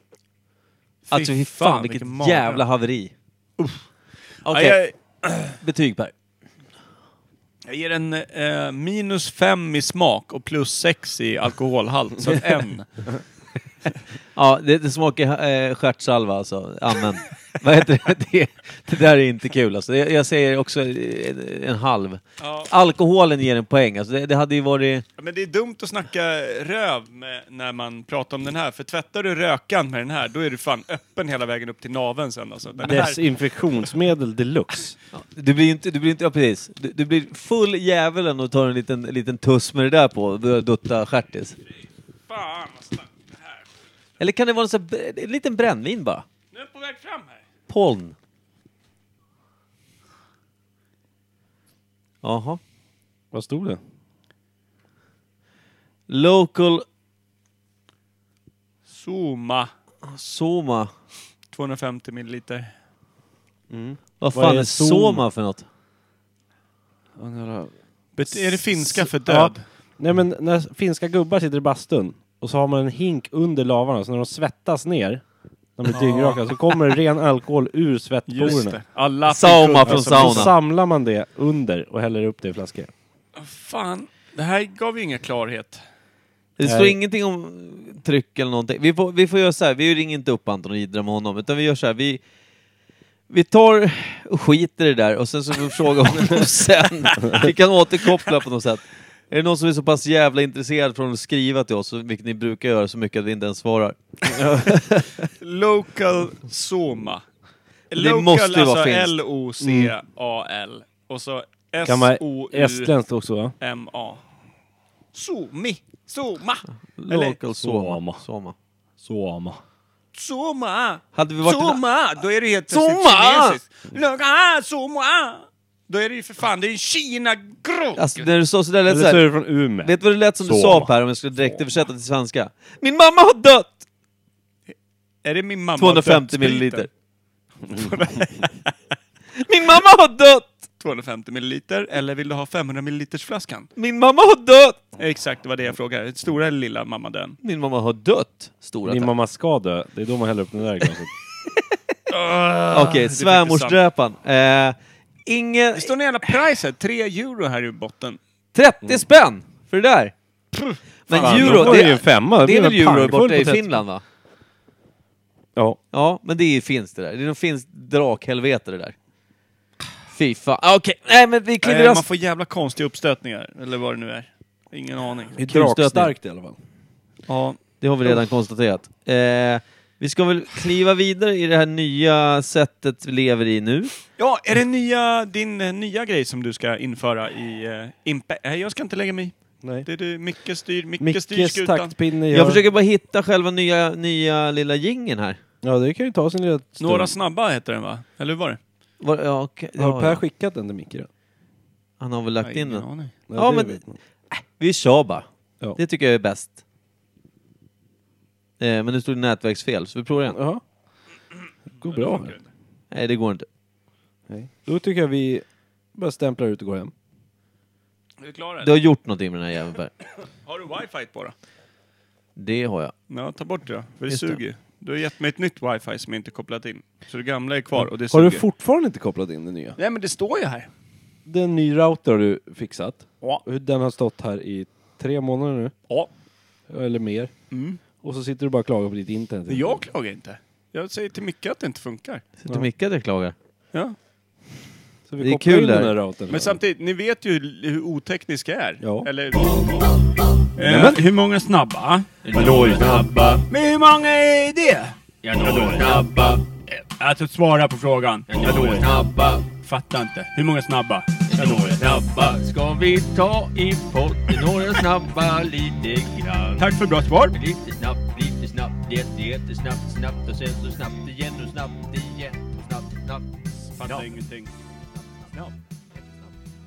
[SPEAKER 2] Alltså fy fan vilket
[SPEAKER 4] mardröm.
[SPEAKER 2] jävla haveri. Okej,
[SPEAKER 4] Ja, jag,
[SPEAKER 2] betyg Per.
[SPEAKER 4] jag ger en eh, minus fem i smak och plus sex i alkoholhalt. så en.
[SPEAKER 2] Ja, det, det smakar eh, stjärtsalva alltså. Amen. Vad heter det? det? Det där är inte kul alltså. Jag, jag säger också eh, en, en halv.
[SPEAKER 4] Ja.
[SPEAKER 2] Alkoholen ger en poäng. Alltså, det, det hade ju varit...
[SPEAKER 4] Men det är dumt att snacka röv med, när man pratar om den här. För tvättar du rökan med den här, då är du fan öppen hela vägen upp till naveln sen alltså. Den här,
[SPEAKER 3] Desinfektionsmedel deluxe.
[SPEAKER 2] Du blir inte, du blir inte, ja precis. Du, du blir full i djävulen och tar en liten, liten tuss med det där på, du- dutta stjärtis.
[SPEAKER 4] fan vad snack. det här.
[SPEAKER 2] Eller kan det vara en, sån, här- en liten brännvin bara?
[SPEAKER 4] Nu är jag på väg fram här.
[SPEAKER 2] Poln. Jaha.
[SPEAKER 3] Vad stod det?
[SPEAKER 2] Local
[SPEAKER 4] Zuma.
[SPEAKER 2] Soma.
[SPEAKER 4] 250 milliliter.
[SPEAKER 2] Vad
[SPEAKER 3] Vad
[SPEAKER 2] fan
[SPEAKER 3] är
[SPEAKER 2] är
[SPEAKER 3] Soma?
[SPEAKER 2] Soma för något?
[SPEAKER 4] Bet- är det finska för
[SPEAKER 3] Ja.
[SPEAKER 4] död?
[SPEAKER 3] Nej men när finska gubbar sitter i bastun och så har man en hink under lavarna så när de svettas ner, när de blir dyngraka, så kommer det ren alkohol ur
[SPEAKER 4] Just
[SPEAKER 3] svettporerna.
[SPEAKER 4] det. Alla
[SPEAKER 2] Sauma
[SPEAKER 4] fick-
[SPEAKER 2] från
[SPEAKER 3] Så då
[SPEAKER 2] sauna.
[SPEAKER 3] samlar man det under och häller upp det i flaskor.
[SPEAKER 4] Fan, det här gav ju ingen klarhet.
[SPEAKER 2] Det står
[SPEAKER 3] Nej.
[SPEAKER 2] ingenting om tryck eller någonting. Vi får, vi får göra så här, vi ringer inte upp Anton och jiddrar med honom, utan vi gör så här, vi, vi tar och skiter i det där och sen så får vi fråga honom sen. Vi kan återkoppla på något sätt. Är det någon som är så pass jävla intresserad från att skriva till oss, vilket ni brukar göra så mycket att vi inte ens svarar?
[SPEAKER 4] Local Soma. Local,
[SPEAKER 2] måste ju vara
[SPEAKER 4] alltså
[SPEAKER 2] finskt. Mm.
[SPEAKER 4] L-O-C-A-L. Och så
[SPEAKER 3] Kan vara
[SPEAKER 4] S-O-U-M-A.
[SPEAKER 3] estländskt också va?
[SPEAKER 4] Somi. Soma.
[SPEAKER 2] Local Soma.
[SPEAKER 3] Soma.
[SPEAKER 2] Soma.
[SPEAKER 3] Suoma.
[SPEAKER 4] Soma.
[SPEAKER 2] Hade vi varit i-
[SPEAKER 4] Soma. Då är det helt
[SPEAKER 2] Soma.
[SPEAKER 4] kinesiskt. Loka, Soma. Då är det ju för fan, det är ju kina grå.
[SPEAKER 2] Alltså när du sa sådär lät det
[SPEAKER 3] Eller så är
[SPEAKER 2] såhär,
[SPEAKER 3] det från Umeå.
[SPEAKER 2] vet du vad det lät som du sa
[SPEAKER 3] Soma.
[SPEAKER 2] Per om jag skulle direkt översätta till svenska? Min mamma har dött!
[SPEAKER 4] Är det min mamma
[SPEAKER 2] 250
[SPEAKER 4] dödsspriten?
[SPEAKER 2] milliliter. Min mamma har dött!
[SPEAKER 4] 250 milliliter, eller vill du ha 500 milliliters flaskan?
[SPEAKER 2] Min mamma har dött!
[SPEAKER 4] Exakt, det var det jag frågade. Stora eller lilla mamma den?
[SPEAKER 2] Min mamma har dött! Stora
[SPEAKER 3] Din
[SPEAKER 2] tack.
[SPEAKER 3] mamma ska dö. Det är då man häller upp den där glaset.
[SPEAKER 4] Äh,
[SPEAKER 2] Okej,
[SPEAKER 4] det är
[SPEAKER 2] svärmorsdräpan. Eh, ingen...
[SPEAKER 4] Det står en jävla pris här, 3 euro här i botten.
[SPEAKER 2] 30 spänn för det där! Men
[SPEAKER 3] Fan, då
[SPEAKER 2] euro,
[SPEAKER 3] var det ju en
[SPEAKER 2] det,
[SPEAKER 3] femma.
[SPEAKER 2] det är väl euro borta i
[SPEAKER 3] Finland?
[SPEAKER 2] Finland va?
[SPEAKER 3] Ja.
[SPEAKER 2] Ja, men det är ju finskt det där. Det är nog finskt drakhelvete det där. Fy fan. Ah, Okej, nej men vi kliver
[SPEAKER 4] Eh, man
[SPEAKER 2] oss...
[SPEAKER 4] får jävla konstiga uppstötningar, eller vad det nu är. Ingen aning.
[SPEAKER 3] Det är
[SPEAKER 2] Kulstötning.
[SPEAKER 3] drakstarkt i alla fall.
[SPEAKER 4] Ja,
[SPEAKER 2] Det har vi redan konstaterat. Eh, vi ska väl kliva vidare i det här nya sättet vi lever i nu.
[SPEAKER 4] ja är det nya, din eh, nya grej som du ska införa i uh, Impe? Nej, jag ska inte lägga mig i.
[SPEAKER 3] Nej.
[SPEAKER 4] Det är du, Micke styr, Micke, styr
[SPEAKER 3] Mickes
[SPEAKER 4] skutan.
[SPEAKER 3] taktpinne gör...
[SPEAKER 2] Jag försöker bara hitta själva nya, nya lilla jingeln här.
[SPEAKER 3] Ja, det kan ju ta sin lilla stund.
[SPEAKER 4] Några snabba heter den va? Eller hur var det?
[SPEAKER 2] Var, ja, okej.
[SPEAKER 3] Har
[SPEAKER 2] ja,
[SPEAKER 3] Per
[SPEAKER 2] ja.
[SPEAKER 3] skickat den till Micke då?
[SPEAKER 2] Han har väl lagt in
[SPEAKER 4] ingen
[SPEAKER 2] den.
[SPEAKER 4] aning.
[SPEAKER 3] Nej,
[SPEAKER 2] Ja,
[SPEAKER 3] det
[SPEAKER 2] men- Äh,
[SPEAKER 3] vet man.
[SPEAKER 2] Vi kör bara.
[SPEAKER 3] Ja.
[SPEAKER 2] Det tycker jag är bäst. Eh, men nu stod det nätverksfel, så vi provar igen.
[SPEAKER 3] Jaha. Det går bra. här.
[SPEAKER 2] Nej, det går inte.
[SPEAKER 3] Nej. Då tycker jag vi bara stämplar ut och går hem.
[SPEAKER 4] Är du klar
[SPEAKER 2] Du
[SPEAKER 4] eller?
[SPEAKER 2] har gjort någonting med den här jäveln Per.
[SPEAKER 4] Har du wifi på då?
[SPEAKER 2] Det har jag.
[SPEAKER 4] Ja, ta bort det då. För det
[SPEAKER 2] Just det.
[SPEAKER 4] suger ju. Du har gett mig ett nytt wifi som jag inte kopplat in. Så det gamla är kvar och det
[SPEAKER 3] Har
[SPEAKER 4] suger.
[SPEAKER 3] du fortfarande inte kopplat in den nya?
[SPEAKER 4] Nej men det står ju här.
[SPEAKER 3] Det är en ny router har du fixat.
[SPEAKER 4] Ja.
[SPEAKER 3] Och Den har stått här i tre månader
[SPEAKER 4] Ja.
[SPEAKER 3] nu. Eller mer.
[SPEAKER 4] Mm.
[SPEAKER 3] Och så sitter du bara och klagar på ditt internet.
[SPEAKER 4] Men Jag klagar inte. Jag säger till Micke att det inte funkar.
[SPEAKER 2] Sitter Micke där och klagar.
[SPEAKER 4] Ja.
[SPEAKER 3] Så vi
[SPEAKER 2] Det är
[SPEAKER 3] kopplar
[SPEAKER 2] kul
[SPEAKER 3] in
[SPEAKER 2] där.
[SPEAKER 3] den här routern.
[SPEAKER 4] Men samtidigt, ni vet ju hur hur oteknisk jag är.
[SPEAKER 3] Ja.
[SPEAKER 4] Eller... Eh, Hur många snabba? Vadå snabba? Men hur många är det? Vadå snabba? Alltså svara på frågan. Vadå snabba? Fattar inte. Hur många snabba? Vadå snabba?
[SPEAKER 8] Ska vi ta i potten några snabba lite grann?
[SPEAKER 4] Tack för bra svar.
[SPEAKER 8] Lite snabbt, lite snabbt, jätte, jättesnabbt, snabbt och sen så snabbt igen och snabbt igen. Snabbt, snabbt.
[SPEAKER 4] Fattar ingenting. Ja.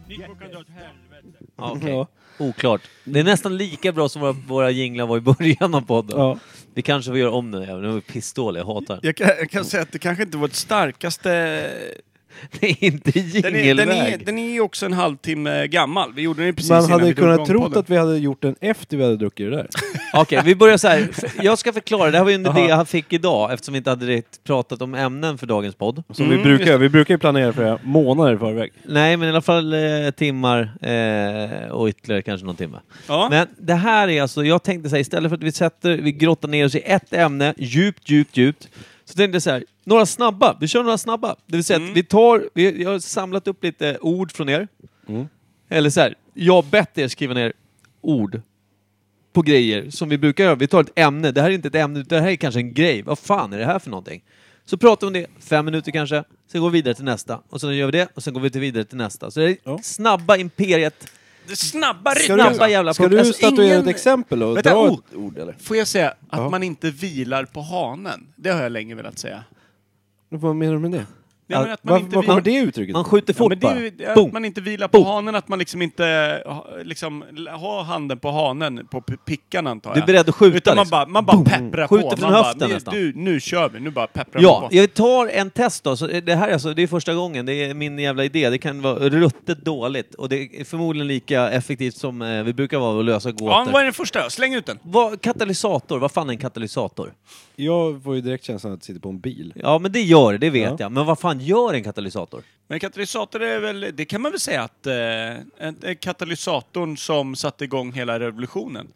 [SPEAKER 4] Ni kan dra åt helvete.
[SPEAKER 2] Ja, okej.
[SPEAKER 3] Ja.
[SPEAKER 2] Oklart. Det är nästan lika bra som våra, våra jinglar var i början av podden.
[SPEAKER 3] Ja.
[SPEAKER 2] Vi kanske får göra om den även om vi är pissdåliga, jag hatar den.
[SPEAKER 4] Jag kan, jag kan säga att det kanske inte var det starkaste
[SPEAKER 2] Det är inte
[SPEAKER 4] Den är, den, är,
[SPEAKER 2] jingelväg.
[SPEAKER 4] den är ju också en halvtimme gammal. Vi gjorde den ju precis
[SPEAKER 3] Man
[SPEAKER 4] innan
[SPEAKER 3] hade
[SPEAKER 4] vi
[SPEAKER 3] ju
[SPEAKER 4] drog
[SPEAKER 3] kunnat
[SPEAKER 4] igång
[SPEAKER 3] tro
[SPEAKER 4] podden.
[SPEAKER 3] att vi hade gjort den efter vi hade druckit det där.
[SPEAKER 2] Okej, vi börjar så här. Jag ska förklara, det här var ju en idé jag fick idag eftersom vi inte hade riktigt pratat om ämnen för dagens podd.
[SPEAKER 3] Som
[SPEAKER 4] Mm.
[SPEAKER 3] vi brukar Vi brukar ju planera för månader i förväg.
[SPEAKER 2] Nej, men i alla fall eh, timmar eh, och ytterligare kanske någon timme.
[SPEAKER 4] Ja.
[SPEAKER 2] Men det här är alltså, jag tänkte så här, istället för att vi sätter, vi grottar ner oss i ett ämne, djupt, djupt, djupt. Så tänkte jag så här, några snabba, vi kör några snabba. Det vill säga
[SPEAKER 4] Mm.
[SPEAKER 2] att vi tar, vi, jag har samlat upp lite ord från er.
[SPEAKER 4] Mm.
[SPEAKER 2] Eller så här, jag har bett er skriva ner ord på grejer som vi brukar göra. Vi tar ett ämne, det här är inte ett ämne, utan det här är kanske en grej. Vad fan är det här för någonting? Så pratar vi om det, fem minuter kanske, sen går vi vidare till nästa. Och sen gör vi det, och sen går vi till vidare till nästa. Så det är
[SPEAKER 3] Ja.
[SPEAKER 2] snabba imperiet,
[SPEAKER 4] Det snabba
[SPEAKER 2] Ska du-
[SPEAKER 4] snabba
[SPEAKER 2] jävla
[SPEAKER 3] ska
[SPEAKER 2] punkt.
[SPEAKER 3] du
[SPEAKER 2] Alltså,
[SPEAKER 3] statuera
[SPEAKER 4] ingen-
[SPEAKER 3] ett exempel och
[SPEAKER 4] Vänta,
[SPEAKER 3] dra
[SPEAKER 4] oh.
[SPEAKER 3] ett ord eller?
[SPEAKER 4] Får jag säga att
[SPEAKER 3] Ja.
[SPEAKER 4] man inte vilar på hanen? Det har jag länge velat säga.
[SPEAKER 3] Vad menar du med det?
[SPEAKER 4] Nej, men att man
[SPEAKER 3] Varför,
[SPEAKER 4] inte
[SPEAKER 3] var
[SPEAKER 4] vilar...
[SPEAKER 3] kommer det uttrycket
[SPEAKER 2] man skjuter
[SPEAKER 4] Ja,
[SPEAKER 2] fort
[SPEAKER 4] men det är
[SPEAKER 2] bara.
[SPEAKER 4] ju, att
[SPEAKER 2] Boom.
[SPEAKER 4] man inte vilar på
[SPEAKER 2] Boom.
[SPEAKER 4] hanen, att man liksom inte eh, ha- liksom, l- har handen på hanen, på p- pickan antar jag.
[SPEAKER 2] Du är beredd att skjuta,
[SPEAKER 4] Utan man
[SPEAKER 2] liksom.
[SPEAKER 4] bara, man bara pepprar på.
[SPEAKER 2] Skjuter från
[SPEAKER 4] man
[SPEAKER 2] höften
[SPEAKER 4] bara, "Nu-
[SPEAKER 2] nästan."
[SPEAKER 4] Du, nu kör vi, nu bara pepprar
[SPEAKER 2] Ja,
[SPEAKER 4] man på.
[SPEAKER 2] jag tar en test då. Så det här är alltså, det är första gången, det är min jävla idé. Det kan vara ruttet dåligt och det är förmodligen lika effektivt som eh, vi brukar vara att lösa
[SPEAKER 4] Ja,
[SPEAKER 2] gåtor.
[SPEAKER 4] vad är den första? Släng ut den.
[SPEAKER 2] Vad, katalysator, vad fan är en katalysator?
[SPEAKER 3] Jag får ju direkt känslan att det sitter på en bil.
[SPEAKER 2] Ja, men det gör det, det vet
[SPEAKER 3] Ja.
[SPEAKER 2] jag. Men vad fan gör en katalysator?
[SPEAKER 4] Men katalysator är väl, det kan man väl säga att eh, en- en katalysatorn som satte igång hela revolutionen.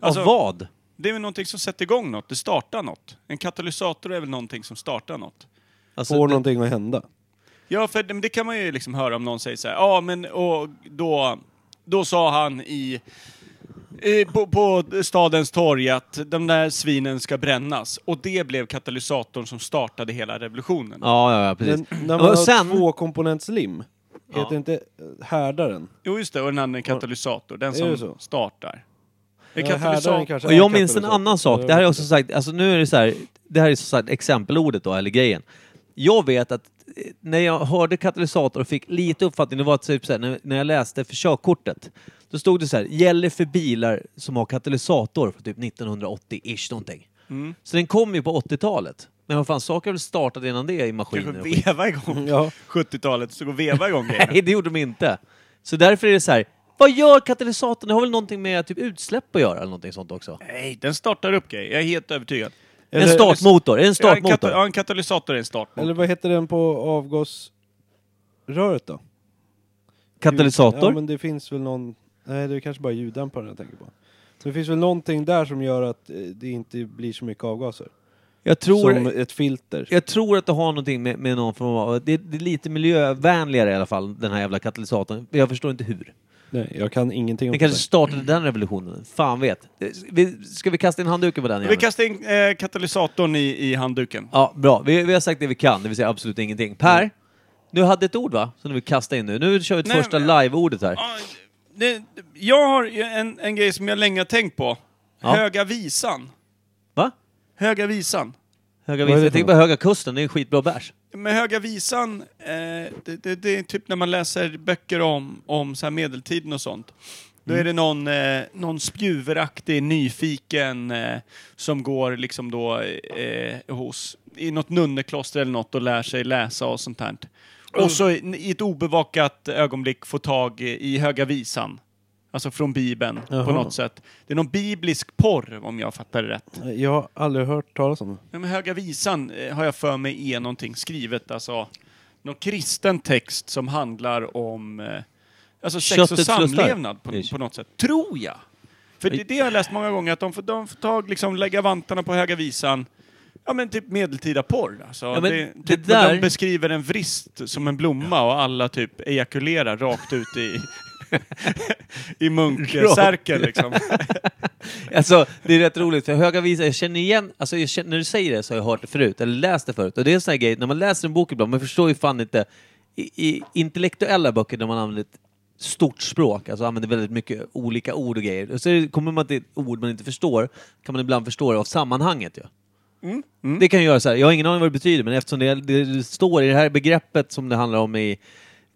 [SPEAKER 4] Alltså,
[SPEAKER 2] Av vad?
[SPEAKER 4] Det är väl någonting som sätter igång något, det startar något. En katalysator är väl någonting som startar något.
[SPEAKER 2] Alltså,
[SPEAKER 3] Får
[SPEAKER 2] det-
[SPEAKER 3] någonting att hända.
[SPEAKER 4] Ja, för det, det kan man ju liksom höra om någon säger så här, ja men och då, då sa han i, i på, på stadens torg att de där svinen ska brännas. Och det blev katalysatorn som startade hela revolutionen.
[SPEAKER 2] Ja, ja, ja, precis.
[SPEAKER 3] Men när man
[SPEAKER 2] och
[SPEAKER 3] har
[SPEAKER 2] sen,
[SPEAKER 3] tvåkomponentslim, heter det inte eh, härdaren?
[SPEAKER 4] Jo just det, och den andra är katalysator, den
[SPEAKER 3] Är
[SPEAKER 4] som
[SPEAKER 3] det så?
[SPEAKER 4] startar. En
[SPEAKER 3] Ja, härdaren kanske
[SPEAKER 2] och
[SPEAKER 3] är
[SPEAKER 2] jag minns en
[SPEAKER 3] katalysator.
[SPEAKER 2] annan sak, det här har jag också sagt, alltså nu är det så här, det här är så sagt exempelordet då, eller grejen. Jag vet att eh, när jag hörde katalysator och fick lite uppfattning, det var typ så här, när, när jag läste för körkortet, då stod det så här, gäller för bilar
[SPEAKER 4] Mm.
[SPEAKER 2] som har katalysator från typ 1980-ish någonting. Så den kom ju på 80-talet. Men vad fan, saker har väl startat innan det i maskiner?
[SPEAKER 4] Kanske
[SPEAKER 2] och skit?
[SPEAKER 4] veva igång
[SPEAKER 3] Ja.
[SPEAKER 4] 70-talet, så gå och veva igång grejerna.
[SPEAKER 2] Nej, det gjorde de inte. Så därför är det så här. Vad gör katalysatorn? Det har väl någonting med typ utsläpp att göra eller någonting sånt också?
[SPEAKER 4] Nej, den startar upp grejer. Jag är helt övertygad.
[SPEAKER 2] En startmotor? Är det en
[SPEAKER 4] Ja, en, kata- ja,
[SPEAKER 2] startmotor?
[SPEAKER 4] en katalysator är en startmotor.
[SPEAKER 9] Eller vad heter den på avgasröret då? Ja,
[SPEAKER 2] Katalysator?
[SPEAKER 9] men det finns väl någon... Nej, det är kanske bara ljuddämparen jag tänker på. Det finns väl någonting där som gör att eh, det inte blir så mycket avgaser.
[SPEAKER 2] Jag
[SPEAKER 9] Som
[SPEAKER 2] tror,
[SPEAKER 9] ett filter.
[SPEAKER 2] jag tror att det har någonting med, med någon form av... Det, det är lite miljövänligare i alla fall, den här jävla katalysatorn. Jag förstår inte hur.
[SPEAKER 9] Nej, jag kan ingenting om
[SPEAKER 2] Den
[SPEAKER 9] det.
[SPEAKER 2] kanske startade den revolutionen. Fan vet. Eh, Vi- Ska vi kasta in handduken på den
[SPEAKER 4] Vi
[SPEAKER 2] jäveln?
[SPEAKER 4] kastar in eh, katalysatorn i, i handduken.
[SPEAKER 2] Ja, bra. Vi, vi har sagt det vi kan, det vill säga absolut ingenting. Per, du hade ett ord va? Som du vill kasta in nu. Nu kör vi ett
[SPEAKER 4] Nej,
[SPEAKER 2] första
[SPEAKER 4] men-
[SPEAKER 2] live-ordet här.
[SPEAKER 4] Ja, det, jag har ju en, en grej som jag länge har tänkt på.
[SPEAKER 2] Ja.
[SPEAKER 4] Höga visan.
[SPEAKER 2] Va?
[SPEAKER 4] Höga visan.
[SPEAKER 2] Höga vinster. Jag tänker på Höga Kusten, det är en skitbra bärs.
[SPEAKER 4] Med Höga visan, eh, det, det, det är typ när man läser böcker om, om så här medeltiden och sånt. Då är det någon, eh, någon spjuveraktig, nyfiken eh, som går liksom då eh, hos, i något nunnekloster eller något och lär sig läsa och sånt här. Och så i i ett obevakat ögonblick får tag i Höga visan. Alltså från Bibeln på något sätt. Det är någon biblisk porr om jag fattar det rätt.
[SPEAKER 9] Jag har aldrig hört talas om det.
[SPEAKER 4] Ja, men Höga visan eh, har jag för mig är någonting skrivet, alltså någon kristen text som handlar om eh, alltså sex och
[SPEAKER 2] Köttets
[SPEAKER 4] samlevnad på,
[SPEAKER 2] Ish.
[SPEAKER 4] på något sätt, tror jag. För det, det har jag läst många gånger, att de får, de får tag, liksom, lägga vantarna på Höga visan, ja men typ medeltida porr. Alltså.
[SPEAKER 2] men
[SPEAKER 4] det,
[SPEAKER 2] det
[SPEAKER 4] typ,
[SPEAKER 2] där-
[SPEAKER 4] De beskriver en vrist som en blomma och alla typ ejakulerar rakt ut i, i munkcirkeln liksom.
[SPEAKER 2] Alltså, det är rätt roligt, för Höga Visa, jag känner igen, alltså jag känner, när du säger det så har jag hört det förut, eller läst det förut. Och det är en sån här grej, när man läser en bok ibland, man förstår ju fan inte, i, i intellektuella böcker där man använder ett stort språk, alltså använder väldigt mycket olika ord och grejer. Och så är det- kommer man till ett ord man inte förstår, kan man ibland förstå det av sammanhanget ju. Det kan jag göra så här, jag har ingen aning vad det betyder, men eftersom det, det står i det här begreppet som det handlar om i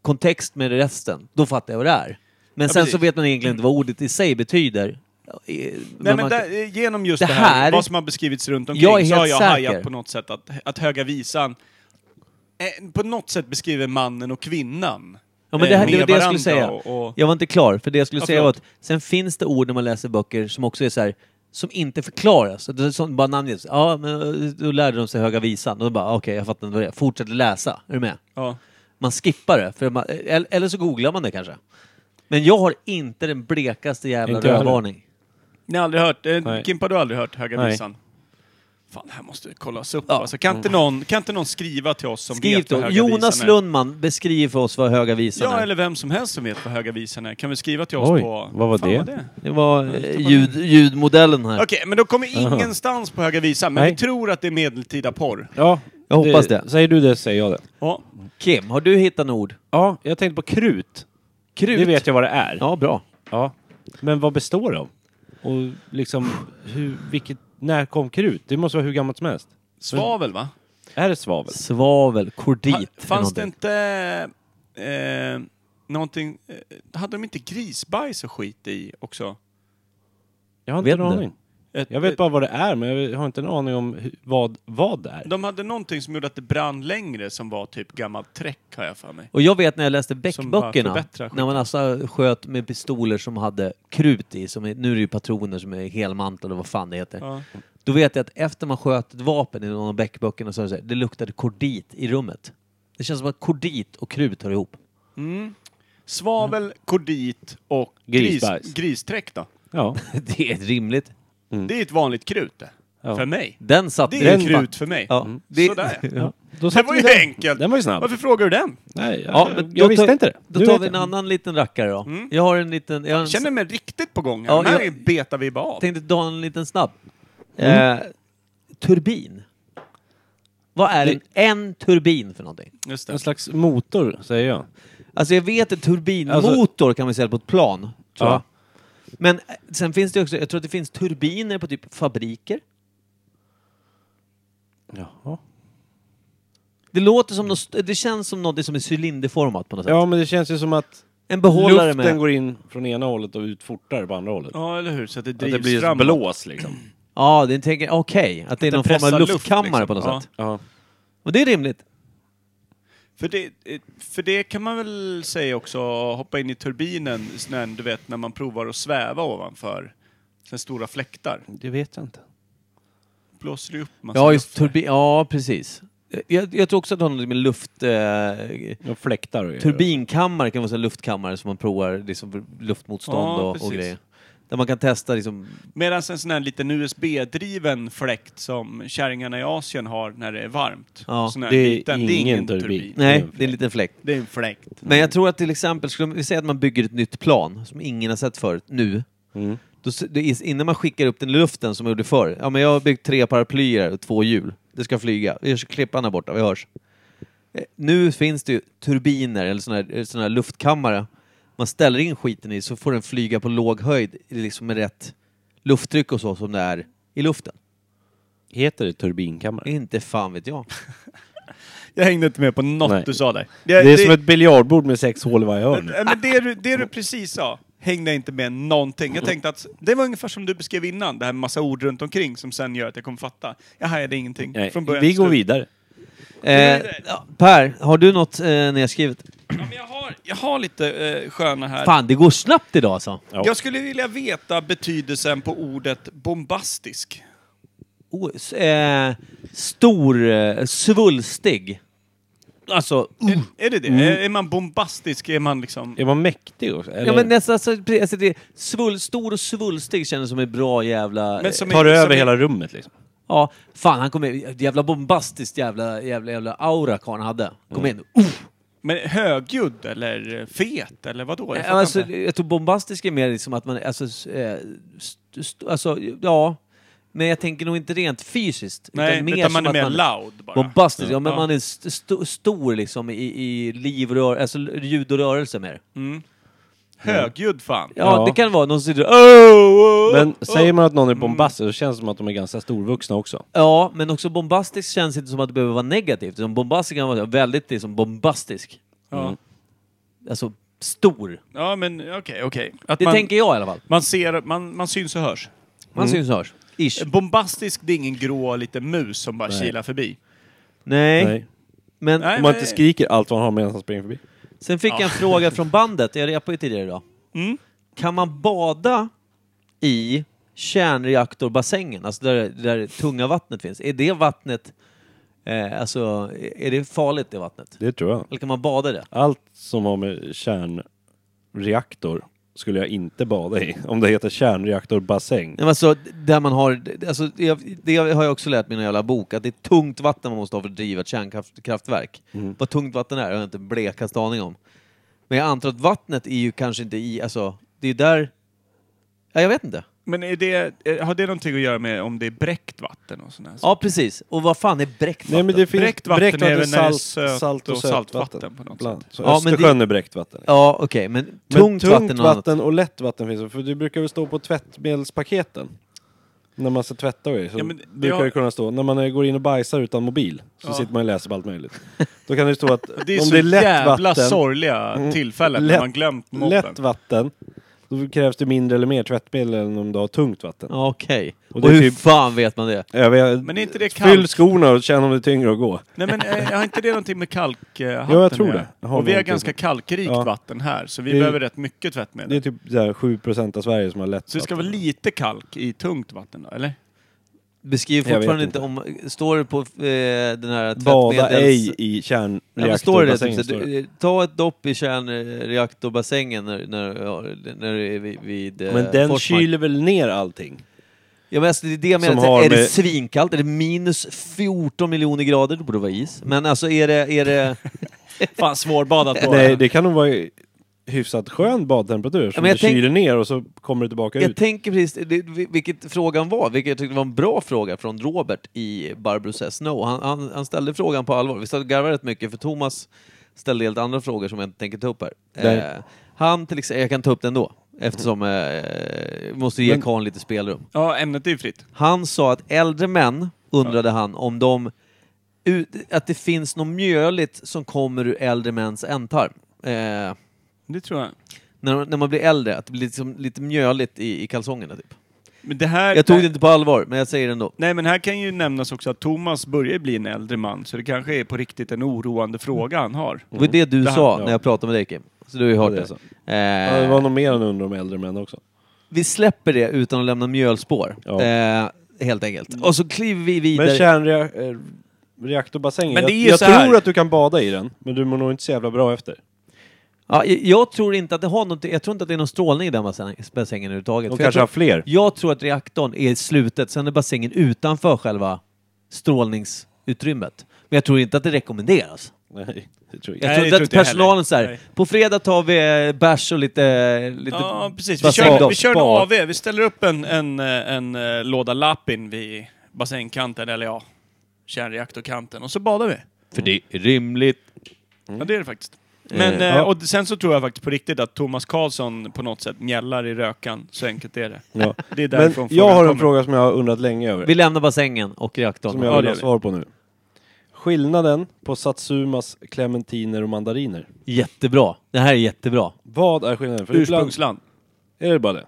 [SPEAKER 2] kontext med resten, då fattar jag vad det är. Men sen så
[SPEAKER 4] precis.
[SPEAKER 2] vet man egentligen inte vad ordet i sig betyder.
[SPEAKER 4] Nej, men där, eh, genom just det,
[SPEAKER 2] Det
[SPEAKER 4] här,
[SPEAKER 2] här-
[SPEAKER 4] vad som har beskrivits runt omkring,
[SPEAKER 2] Jag är
[SPEAKER 4] så
[SPEAKER 2] helt
[SPEAKER 4] har jag
[SPEAKER 2] säker.
[SPEAKER 4] hajat på något sätt att, att Höga Visan eh, på något sätt beskriver mannen och kvinnan.
[SPEAKER 2] Ja, men det, här,
[SPEAKER 4] eh,
[SPEAKER 2] det var
[SPEAKER 4] med
[SPEAKER 2] det jag skulle säga.
[SPEAKER 4] varandra Och, och,
[SPEAKER 2] Jag var inte klar, för det jag skulle
[SPEAKER 4] Ja,
[SPEAKER 2] säga var
[SPEAKER 4] förlåt.
[SPEAKER 2] att sen finns det ord när man läser böcker som också är så här som inte förklaras. Det är sånt, bara namnges. Ja, men eh, då lärde de sig Höga Visan. Och då bara, okej, jag fattar inte vad det är. Fortsätter läsa. Är du med?
[SPEAKER 4] ja.
[SPEAKER 2] Man skippar det, för man, eh, eller eller så googlar man det kanske. Men jag har inte den blekaste jävla
[SPEAKER 3] Inte jag heller.
[SPEAKER 2] rödvarning.
[SPEAKER 4] Ni har aldrig hört, eh,
[SPEAKER 3] Nej.
[SPEAKER 4] Kimpa du har aldrig hört Höga
[SPEAKER 3] Nej.
[SPEAKER 4] Visan? Fan, det här måste kollas upp. Alltså, kan, inte någon, kan inte någon skriva till oss som
[SPEAKER 2] Mm. Skriv
[SPEAKER 4] vet vad
[SPEAKER 2] då.
[SPEAKER 4] Höga
[SPEAKER 2] Jonas
[SPEAKER 4] Visan är?
[SPEAKER 2] Lundman, beskriv för oss vad Höga Visan
[SPEAKER 4] Ja,
[SPEAKER 2] är.
[SPEAKER 4] eller vem som helst som vet vad Höga Visan är. Kan vi skriva till oss
[SPEAKER 3] Oj,
[SPEAKER 4] på...
[SPEAKER 3] vad var
[SPEAKER 4] Fan,
[SPEAKER 3] det?
[SPEAKER 2] Det var eh, ljud, ljudmodellen här.
[SPEAKER 4] Okej, men då kommer ingenstans på Höga Visan, men
[SPEAKER 3] Nej.
[SPEAKER 4] vi tror att det är medeltida porr.
[SPEAKER 3] Ja,
[SPEAKER 2] Jag hoppas det.
[SPEAKER 3] Säger du det säger jag det.
[SPEAKER 4] Ja.
[SPEAKER 2] Kim, har du hittat något ord?
[SPEAKER 3] Ja, jag tänkte på krut.
[SPEAKER 2] Krut?
[SPEAKER 3] Det vet jag vad det är.
[SPEAKER 2] Ja, bra.
[SPEAKER 3] Ja. Men vad består det av? Och liksom, hur, vilket, när kom krut? Det måste vara hur gammalt som helst.
[SPEAKER 4] Svavel, va?
[SPEAKER 3] Är det svavel?
[SPEAKER 2] Svavel, kordit.
[SPEAKER 4] Ha-
[SPEAKER 2] eller
[SPEAKER 4] Fanns det
[SPEAKER 2] någonting.
[SPEAKER 4] inte eh, någonting... Eh, hade de inte grisbajs och skit i också?
[SPEAKER 3] Jag har
[SPEAKER 2] Vet
[SPEAKER 3] inte en
[SPEAKER 2] inte.
[SPEAKER 3] aning.
[SPEAKER 4] Ett,
[SPEAKER 3] Jag vet
[SPEAKER 4] ett,
[SPEAKER 3] bara vad det är, men jag har inte en aning om hur, vad, vad det är.
[SPEAKER 4] de hade någonting som gjorde att det brann längre som var typ gammalt träck, har jag för mig.
[SPEAKER 2] Och jag vet när jag läste
[SPEAKER 4] Som bara
[SPEAKER 2] Beck-böckerna,
[SPEAKER 4] förbättrar skiten.
[SPEAKER 2] när man alltså sköt med pistoler som hade krut i, som är, nu är det ju patroner som är helmantlade, vad fan det heter.
[SPEAKER 4] Ja.
[SPEAKER 2] Då vet jag att efter man sköt ett vapen i någon av Beck-böckerna så var det, så här, det luktade kordit i rummet. Det känns som att kordit och krut hör ihop.
[SPEAKER 4] Svavel, kordit och gris,
[SPEAKER 3] Mm. Grisbajs.
[SPEAKER 4] gristräck då.
[SPEAKER 3] Ja.
[SPEAKER 2] Det är rimligt.
[SPEAKER 4] Det är ett vanligt krut det.
[SPEAKER 3] Ja.
[SPEAKER 4] För mig.
[SPEAKER 2] Den satte
[SPEAKER 4] Det är
[SPEAKER 2] ju-
[SPEAKER 4] krut för mig. Mm.
[SPEAKER 2] Ja. Det,
[SPEAKER 4] Sådär.
[SPEAKER 3] ja. Då
[SPEAKER 4] Det
[SPEAKER 3] satte
[SPEAKER 4] var
[SPEAKER 3] vi
[SPEAKER 4] ju
[SPEAKER 3] den.
[SPEAKER 4] enkelt!
[SPEAKER 3] Den var ju snabb. Mm.
[SPEAKER 4] Varför frågar du den?
[SPEAKER 3] Nej, jag,
[SPEAKER 2] Ja, men
[SPEAKER 3] jag
[SPEAKER 2] då
[SPEAKER 3] visste
[SPEAKER 2] tar,
[SPEAKER 3] inte det.
[SPEAKER 2] Då
[SPEAKER 3] Nu
[SPEAKER 2] tar
[SPEAKER 3] vet
[SPEAKER 2] vi en
[SPEAKER 3] jag.
[SPEAKER 2] annan liten rackare då. Jag har en liten... Jag har en
[SPEAKER 4] Jag Mm. känner mig riktigt på gång här.
[SPEAKER 2] Ja,
[SPEAKER 4] Den här
[SPEAKER 2] jag-
[SPEAKER 4] är beta vibba av.
[SPEAKER 2] tänkte ta en liten snabb. Eh, turbin. Vad är en, en turbin för någonting?
[SPEAKER 4] Just
[SPEAKER 3] En
[SPEAKER 4] det.
[SPEAKER 3] slags motor, säger jag.
[SPEAKER 2] Alltså jag vet en turbinmotor kan man säga på ett plan. Tror
[SPEAKER 3] Ja.
[SPEAKER 2] jag. Men eh, sen finns det också, jag tror att det finns turbiner på typ fabriker.
[SPEAKER 3] Jaha.
[SPEAKER 2] Det låter som något, st- det känns som något som är cylinderformat på något sätt.
[SPEAKER 3] Ja, men det känns ju som att
[SPEAKER 2] En behållare
[SPEAKER 3] luften
[SPEAKER 2] med...
[SPEAKER 3] går in från ena hållet och ut fortare på andra hållet.
[SPEAKER 4] Ja, eller hur? Så att det drivs
[SPEAKER 3] Att det blir ett
[SPEAKER 4] framåt. Mm.
[SPEAKER 3] blås liksom.
[SPEAKER 2] Ja, det tänker okej. att det är
[SPEAKER 4] den
[SPEAKER 2] någon form
[SPEAKER 4] pressar
[SPEAKER 2] av
[SPEAKER 4] luft,
[SPEAKER 2] luftkammare
[SPEAKER 4] liksom.
[SPEAKER 2] på något
[SPEAKER 4] Ja.
[SPEAKER 2] sätt.
[SPEAKER 3] Ja.
[SPEAKER 2] Och det är rimligt.
[SPEAKER 4] För det, eh, för det kan man väl säga också, hoppa in i turbinen, sån här, du vet när man provar att sväva ovanför sen stora fläktar.
[SPEAKER 3] Det vet jag inte.
[SPEAKER 4] Blåser det upp massa
[SPEAKER 2] Ja, just
[SPEAKER 4] luft där.
[SPEAKER 2] turbi- ja precis. Jag, jag tror också att det har något med luft... Eh,
[SPEAKER 3] De fläktar och grejer.
[SPEAKER 2] turbinkammare kan vara en luftkammare som man provar liksom, för luftmotstånd
[SPEAKER 4] Ja,
[SPEAKER 2] och,
[SPEAKER 4] precis.
[SPEAKER 2] och grejer. Där man kan testa liksom...
[SPEAKER 4] Medan en sån här liten USB-driven fläkt som kärringarna i Asien har när det är varmt.
[SPEAKER 2] Ja,
[SPEAKER 4] sån här
[SPEAKER 3] det är ingen turbin.
[SPEAKER 2] Nej, det är en liten fläkt.
[SPEAKER 4] Det är en fläkt.
[SPEAKER 2] Men jag tror att till exempel, skulle vi säga att man bygger ett nytt plan som ingen har sett förut, nu.
[SPEAKER 3] Mm.
[SPEAKER 2] Då, s- det är, innan man skickar upp den i luften som man gjorde förr. Ja, men jag har byggt tre paraplyer och två hjul. Det ska flyga. Vi hörs i klippan där borta, vi hörs. Eh, Nu finns det ju turbiner eller såna här, eh, såna här luftkammare. Man ställer in skiten i så får den flyga på låg höjd liksom med rätt lufttryck och så som det är i luften.
[SPEAKER 3] Heter det turbinkammare?
[SPEAKER 2] Inte fan vet jag.
[SPEAKER 4] Jag hängde inte med på något
[SPEAKER 3] Nej.
[SPEAKER 4] du sa där.
[SPEAKER 3] Det är som ett biljardbord med sex hål i varje hörn.
[SPEAKER 4] Nej, men det, du, det du precis sa hängde jag inte med någonting. Jag tänkte att det var ungefär som du beskrev innan, det här med massa ord runt omkring som sen gör att jag kommer fatta. Jag hajade ingenting
[SPEAKER 3] Nej,
[SPEAKER 4] från början
[SPEAKER 3] vi
[SPEAKER 4] till
[SPEAKER 3] går
[SPEAKER 4] slut.
[SPEAKER 3] vidare.
[SPEAKER 2] Eh, ja, per, har du något eh, nedskrivet?
[SPEAKER 4] Ja, men jag, har, jag har lite eh, sköna här.
[SPEAKER 2] Fan, det går snabbt idag alltså.
[SPEAKER 3] Ja.
[SPEAKER 4] Jag skulle vilja veta betydelsen på ordet bombastisk.
[SPEAKER 2] O- s- eh, stor, eh, svulstig. Alltså,
[SPEAKER 4] Är, är det det? Är, är man bombastisk? Är man liksom...
[SPEAKER 3] Är man mäktig också? Eller
[SPEAKER 2] Ja,
[SPEAKER 4] eh,
[SPEAKER 2] men nästan, alltså, precis, alltså, det, svull, stor och svulstig känns som en bra jävla...
[SPEAKER 4] Men som
[SPEAKER 2] eh,
[SPEAKER 3] tar
[SPEAKER 4] är-
[SPEAKER 3] över
[SPEAKER 4] är-
[SPEAKER 3] hela rummet liksom?
[SPEAKER 2] Ja, fan han kom in. Jävla bombastiskt jävla, jävla, jävla aura karln hade. Kom
[SPEAKER 4] Mm.
[SPEAKER 2] in. Uh, Uff!
[SPEAKER 4] Men högljudd eller fet eller vadå? Jag
[SPEAKER 2] Jag,
[SPEAKER 4] fattar
[SPEAKER 2] alltså,
[SPEAKER 4] inte.
[SPEAKER 2] jag tror bombastisk är mer liksom att man, alltså, s- eh, st, st, alltså, ja. Men jag tänker nog inte rent fysiskt.
[SPEAKER 4] Nej,
[SPEAKER 2] mer
[SPEAKER 4] utan man
[SPEAKER 2] som
[SPEAKER 4] är
[SPEAKER 2] att
[SPEAKER 4] mer loud bara.
[SPEAKER 2] Bombastisk, ja men
[SPEAKER 4] Ja.
[SPEAKER 2] man är st, st, stor liksom i, i liv och rör, alltså ljud och rörelse mer.
[SPEAKER 4] Högljudd fan.
[SPEAKER 2] Ja,
[SPEAKER 3] Ja.
[SPEAKER 2] det kan vara någon som sitter oh, oh,
[SPEAKER 3] Men
[SPEAKER 2] oh.
[SPEAKER 3] säger man att någon är
[SPEAKER 4] Mm.
[SPEAKER 3] bombastisk så känns det som att de är ganska storvuxna också.
[SPEAKER 2] Ja, men också bombastisk känns inte som att det behöver vara negativt. Som bombastisk kan vara väldigt liksom, bombastisk.
[SPEAKER 4] Ja,
[SPEAKER 2] Alltså stor.
[SPEAKER 4] ja men okej, okej. Att
[SPEAKER 2] Det
[SPEAKER 4] man, Mm.
[SPEAKER 2] tänker jag i alla fall.
[SPEAKER 4] man, ser, man, man syns och hörs.
[SPEAKER 2] Man syns och hörs. Ish.
[SPEAKER 4] Bombastisk, det är ingen grå liten mus som bara kilar förbi.
[SPEAKER 2] Nej,
[SPEAKER 3] Nej.
[SPEAKER 2] men
[SPEAKER 4] Nej,
[SPEAKER 3] Om man
[SPEAKER 4] men-
[SPEAKER 3] inte skriker allt man har medan han springer förbi.
[SPEAKER 2] sen fick jag en fråga från bandet. Jag repade ju tidigare idag.
[SPEAKER 4] Mm.
[SPEAKER 2] Kan man bada i kärnreaktorbassängen, alltså där, där det tunga vattnet finns? Är det vattnet, eh, alltså, är det farligt det vattnet?
[SPEAKER 3] Det tror jag.
[SPEAKER 2] Eller kan man bada i det?
[SPEAKER 3] Allt som har med kärnreaktor skulle jag inte bada i. Om det heter kärnreaktorbassäng.
[SPEAKER 2] Nej, men alltså, där man har, alltså, det, det har jag också lärt mig i min jävla bok, att det är tungt vatten man måste ha för att driva ett kärnkraftverk.
[SPEAKER 3] Mm.
[SPEAKER 2] Vad tungt vatten är har jag inte en blekast aning om. Men jag antar att vattnet är ju kanske inte i, alltså, det är där... Ja, jag vet inte.
[SPEAKER 4] Men är det, eh, har det någonting att göra med om det är bräckt vatten och sådär?
[SPEAKER 2] Ja, precis. Och vad fan är bräckt
[SPEAKER 3] Nej
[SPEAKER 2] vatten?
[SPEAKER 3] men det finns
[SPEAKER 4] Bräckt vatten är väl när det är sött och
[SPEAKER 3] sötvatten
[SPEAKER 4] saltvatten på något
[SPEAKER 3] bland.
[SPEAKER 4] sätt.
[SPEAKER 3] Så
[SPEAKER 2] Ja, men
[SPEAKER 3] Östersjön är bräckt vatten.
[SPEAKER 2] Ja, okej, men tungt,
[SPEAKER 3] Men tungt
[SPEAKER 2] vatten
[SPEAKER 3] vatten,
[SPEAKER 2] och annat.
[SPEAKER 3] och lätt vatten finns det, för det brukar väl stå på tvättmedelspaketen. När man ska tvätta och grejer, så
[SPEAKER 4] Ja, men
[SPEAKER 3] brukar
[SPEAKER 4] jag-
[SPEAKER 3] det kunna stå, när man eh, går in och bajsar utan mobil, så
[SPEAKER 4] Ja.
[SPEAKER 3] sitter man och läser på allt möjligt. Då kan det stå att
[SPEAKER 4] Det är
[SPEAKER 3] om
[SPEAKER 4] så
[SPEAKER 3] det är lätt
[SPEAKER 4] jävla
[SPEAKER 3] vatten, Mm.
[SPEAKER 4] sorgliga tillfällen när
[SPEAKER 3] Lätt-
[SPEAKER 4] man glömt mobben.
[SPEAKER 3] lätt vatten, då krävs det mindre eller mer tvättmedel än om du har tungt vatten.
[SPEAKER 2] Ja, Okej.
[SPEAKER 3] Och
[SPEAKER 2] Och,
[SPEAKER 3] det är
[SPEAKER 2] hur
[SPEAKER 3] typ-
[SPEAKER 2] fan vet man det?
[SPEAKER 3] Jag vet,
[SPEAKER 4] Men är inte det
[SPEAKER 3] Fyll
[SPEAKER 4] kalk?
[SPEAKER 3] skorna och känn om det är tyngre att gå.
[SPEAKER 4] Nej men eh, har inte det någonting med kalkhalten
[SPEAKER 3] Jo, jag tror
[SPEAKER 4] att
[SPEAKER 3] det.
[SPEAKER 4] göra?
[SPEAKER 3] Jag har
[SPEAKER 4] Och vi har
[SPEAKER 3] någonting.
[SPEAKER 4] ganska kalkrikt
[SPEAKER 3] Ja.
[SPEAKER 4] vatten här, så vi
[SPEAKER 3] Det är-
[SPEAKER 4] behöver rätt mycket
[SPEAKER 3] Det är
[SPEAKER 4] tvättmedel.
[SPEAKER 3] typ så här 7% av Sverige som har lätt
[SPEAKER 4] Så det ska vara
[SPEAKER 3] vatten.
[SPEAKER 4] lite kalk i tungt vatten då, eller?
[SPEAKER 2] Beskriv
[SPEAKER 3] Jag vet
[SPEAKER 2] fortfarande
[SPEAKER 3] inte.
[SPEAKER 2] inte. om... Står det på eh, den här
[SPEAKER 3] Bada ej
[SPEAKER 2] tvättmedels...
[SPEAKER 3] i
[SPEAKER 2] Ja, men står det
[SPEAKER 3] kärnreaktorbassängen.
[SPEAKER 2] typ, så, du, eh, ta ett dopp i kärnreaktorbassängen när, när, ja, när du är vid, vid eh,
[SPEAKER 3] Men den
[SPEAKER 2] Forsmark.
[SPEAKER 3] kyler väl ner allting?
[SPEAKER 2] Ja, men alltså, det är det jag menar.
[SPEAKER 3] Som
[SPEAKER 2] Så här,
[SPEAKER 3] har
[SPEAKER 2] Är det
[SPEAKER 3] med-
[SPEAKER 2] svinkallt? Är det minus 14 miljoner grader? Då borde det vara is. Men alltså är det... Är det...
[SPEAKER 4] Fan, svårbadat bara.
[SPEAKER 3] Nej, det kan nog vara i hyfsat skön badtemperatur som
[SPEAKER 2] men jag
[SPEAKER 3] du
[SPEAKER 2] tänk-
[SPEAKER 3] kyler ner och så kommer det tillbaka
[SPEAKER 2] jag
[SPEAKER 3] ut.
[SPEAKER 2] tänker precis, det, vilket frågan var, vilket jag tyckte var en bra fråga från Robert i Barbro Says Snow. Han, han, han ställde frågan på allvar. Vi satt och garvade rätt mycket för Thomas ställde helt andra frågor som jag inte tänker ta upp här.
[SPEAKER 3] Nej.
[SPEAKER 2] Eh, han till exempel, jag kan ta upp den då. Eftersom eh, vi måste ge
[SPEAKER 3] Men-
[SPEAKER 2] karln lite spelrum.
[SPEAKER 4] Ja, ämnet är ju fritt.
[SPEAKER 2] Han sa att äldre män, undrade han, om de... Ut, att det finns något mjöligt som kommer ur äldre mäns ändtarm. Eh,
[SPEAKER 4] Det tror jag.
[SPEAKER 2] när, när man blir äldre, att det blir liksom lite mjöligt i, i kalsongerna typ.
[SPEAKER 4] Men det här,
[SPEAKER 2] Jag tog det inte på allvar, men jag säger det ändå.
[SPEAKER 4] Nej, men här kan ju nämnas också att Thomas börjar bli en äldre man, så det kanske är på riktigt en oroande fråga han har.
[SPEAKER 2] Det var ju det du
[SPEAKER 4] Mm. Det här-
[SPEAKER 2] sa
[SPEAKER 3] ja.
[SPEAKER 2] när jag pratade med dig Kim. Så du har ju hört
[SPEAKER 3] det är
[SPEAKER 2] det.
[SPEAKER 3] så. Ja,
[SPEAKER 2] Eh,
[SPEAKER 3] det var nog mer än under om äldre män också.
[SPEAKER 2] Vi släpper det utan att lämna mjölspår.
[SPEAKER 3] Ja.
[SPEAKER 2] Eh, helt enkelt. Och så kliver vi vidare.
[SPEAKER 3] Men kärnreaktorbassängen,
[SPEAKER 4] Men det är ju
[SPEAKER 3] jag, jag
[SPEAKER 4] så här-
[SPEAKER 3] tror att du kan bada i den, men du mår nog inte så jävla bra efter.
[SPEAKER 2] Ja, jag- jag tror inte att det har något, jag tror inte att det är någon strålning i den bassäng- bassängen överhuvudtaget.
[SPEAKER 3] De
[SPEAKER 2] För jag,
[SPEAKER 3] kanske har
[SPEAKER 2] tror,
[SPEAKER 3] fler.
[SPEAKER 2] jag tror att reaktorn är slutet, sen är bassängen utanför själva strålningsutrymmet. Men jag tror inte att det rekommenderas.
[SPEAKER 3] Nej, det tror jag
[SPEAKER 2] Jag
[SPEAKER 4] Nej,
[SPEAKER 2] tror
[SPEAKER 4] det
[SPEAKER 2] inte
[SPEAKER 4] tror
[SPEAKER 2] att
[SPEAKER 4] inte jag heller.
[SPEAKER 2] personalen säger
[SPEAKER 4] Nej.
[SPEAKER 2] på fredag tar vi eh, bärs och lite... lite
[SPEAKER 4] Ja, precis. Vi
[SPEAKER 2] bassäng
[SPEAKER 4] kör,
[SPEAKER 2] då."
[SPEAKER 4] vi kör en
[SPEAKER 2] Spa.
[SPEAKER 4] AV. Vi ställer upp en, en, eh, en, eh, låda lappin vid bassängkanten, eller ja, kärnreaktorkanten, och så badar vi.
[SPEAKER 2] För det är rimligt.
[SPEAKER 4] Ja, det är det faktiskt. Men,
[SPEAKER 2] Eh,
[SPEAKER 4] eh,
[SPEAKER 3] ja.
[SPEAKER 4] och sen så tror jag faktiskt på riktigt att Thomas inte på något sätt mjällar i rökan. Så enkelt är det.
[SPEAKER 3] inte. Ja.
[SPEAKER 4] Det är därifrån
[SPEAKER 3] Men jag har en
[SPEAKER 4] kommer.
[SPEAKER 3] fråga som jag har undrat länge över.
[SPEAKER 2] Vi lämnar bassängen och
[SPEAKER 3] Som
[SPEAKER 2] reaktorn.
[SPEAKER 3] jag
[SPEAKER 4] Ja,
[SPEAKER 3] vill
[SPEAKER 4] det
[SPEAKER 3] ha
[SPEAKER 4] gör vi.
[SPEAKER 3] svar på nu. Skillnaden på Satsumas clementiner och mandariner.
[SPEAKER 2] Jättebra. Det här är jättebra.
[SPEAKER 3] Vad är skillnaden? För ibland
[SPEAKER 4] Ursprungsland.
[SPEAKER 3] är det bara det.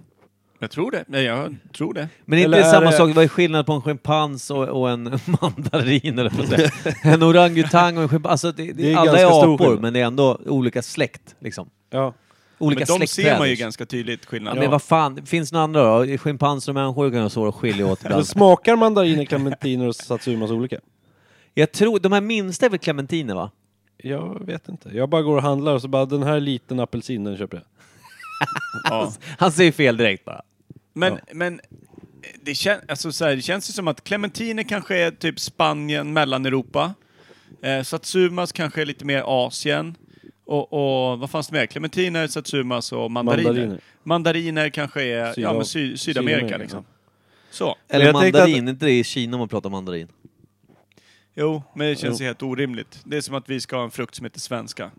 [SPEAKER 4] Jag tror det. Nej, jag tror det.
[SPEAKER 2] Men inte
[SPEAKER 3] Eller
[SPEAKER 2] det
[SPEAKER 3] är
[SPEAKER 2] samma
[SPEAKER 3] det-
[SPEAKER 2] sak, vad är skillnaden på en schimpans och, och en mandarin eller på att säga. En orangutang och en schimpans. Alltså det, det,
[SPEAKER 3] Det är
[SPEAKER 2] alla
[SPEAKER 3] ganska
[SPEAKER 2] är
[SPEAKER 3] stor
[SPEAKER 2] apor,
[SPEAKER 3] skillnad.
[SPEAKER 2] men det är ändå olika släkt. Liksom.
[SPEAKER 3] Ja.
[SPEAKER 2] Olika
[SPEAKER 4] Men de ser man ju
[SPEAKER 2] släktträd.
[SPEAKER 4] ganska tydligt
[SPEAKER 2] Ja,
[SPEAKER 4] skillnad.
[SPEAKER 2] men vad fan, det finns några andra då? Schimpanser och människor kan jag svårt att skilja åt
[SPEAKER 3] Men
[SPEAKER 2] ibland.
[SPEAKER 3] smakar mandariner, clementiner och Satsumas olika?
[SPEAKER 2] Jag tror, de här minsta är väl clementiner va?
[SPEAKER 3] Jag vet inte. Jag bara går och handlar och så bara den här är liten apelsin, den köper jag.
[SPEAKER 4] Ja.
[SPEAKER 2] Han säger fel direkt bara.
[SPEAKER 4] Men, men det, kän, alltså så här, det känns ju som att clementiner kanske är typ Spanien, Mellaneuropa. Eh, satsumas kanske är lite mer Asien. Och, och vad fanns det mer? Clementiner, satsumas och mandariner.
[SPEAKER 3] Mandariner.
[SPEAKER 4] Mandariner, kanske är ja, men sy, Sydamerika
[SPEAKER 3] Sydamerika,
[SPEAKER 4] liksom. Så.
[SPEAKER 2] Eller
[SPEAKER 3] jag tänkte
[SPEAKER 2] mandarin, inte det i Kina man pratar mandarin?
[SPEAKER 4] Jo, men det känns ju helt orimligt. Det är som att vi ska ha en frukt som heter svenska.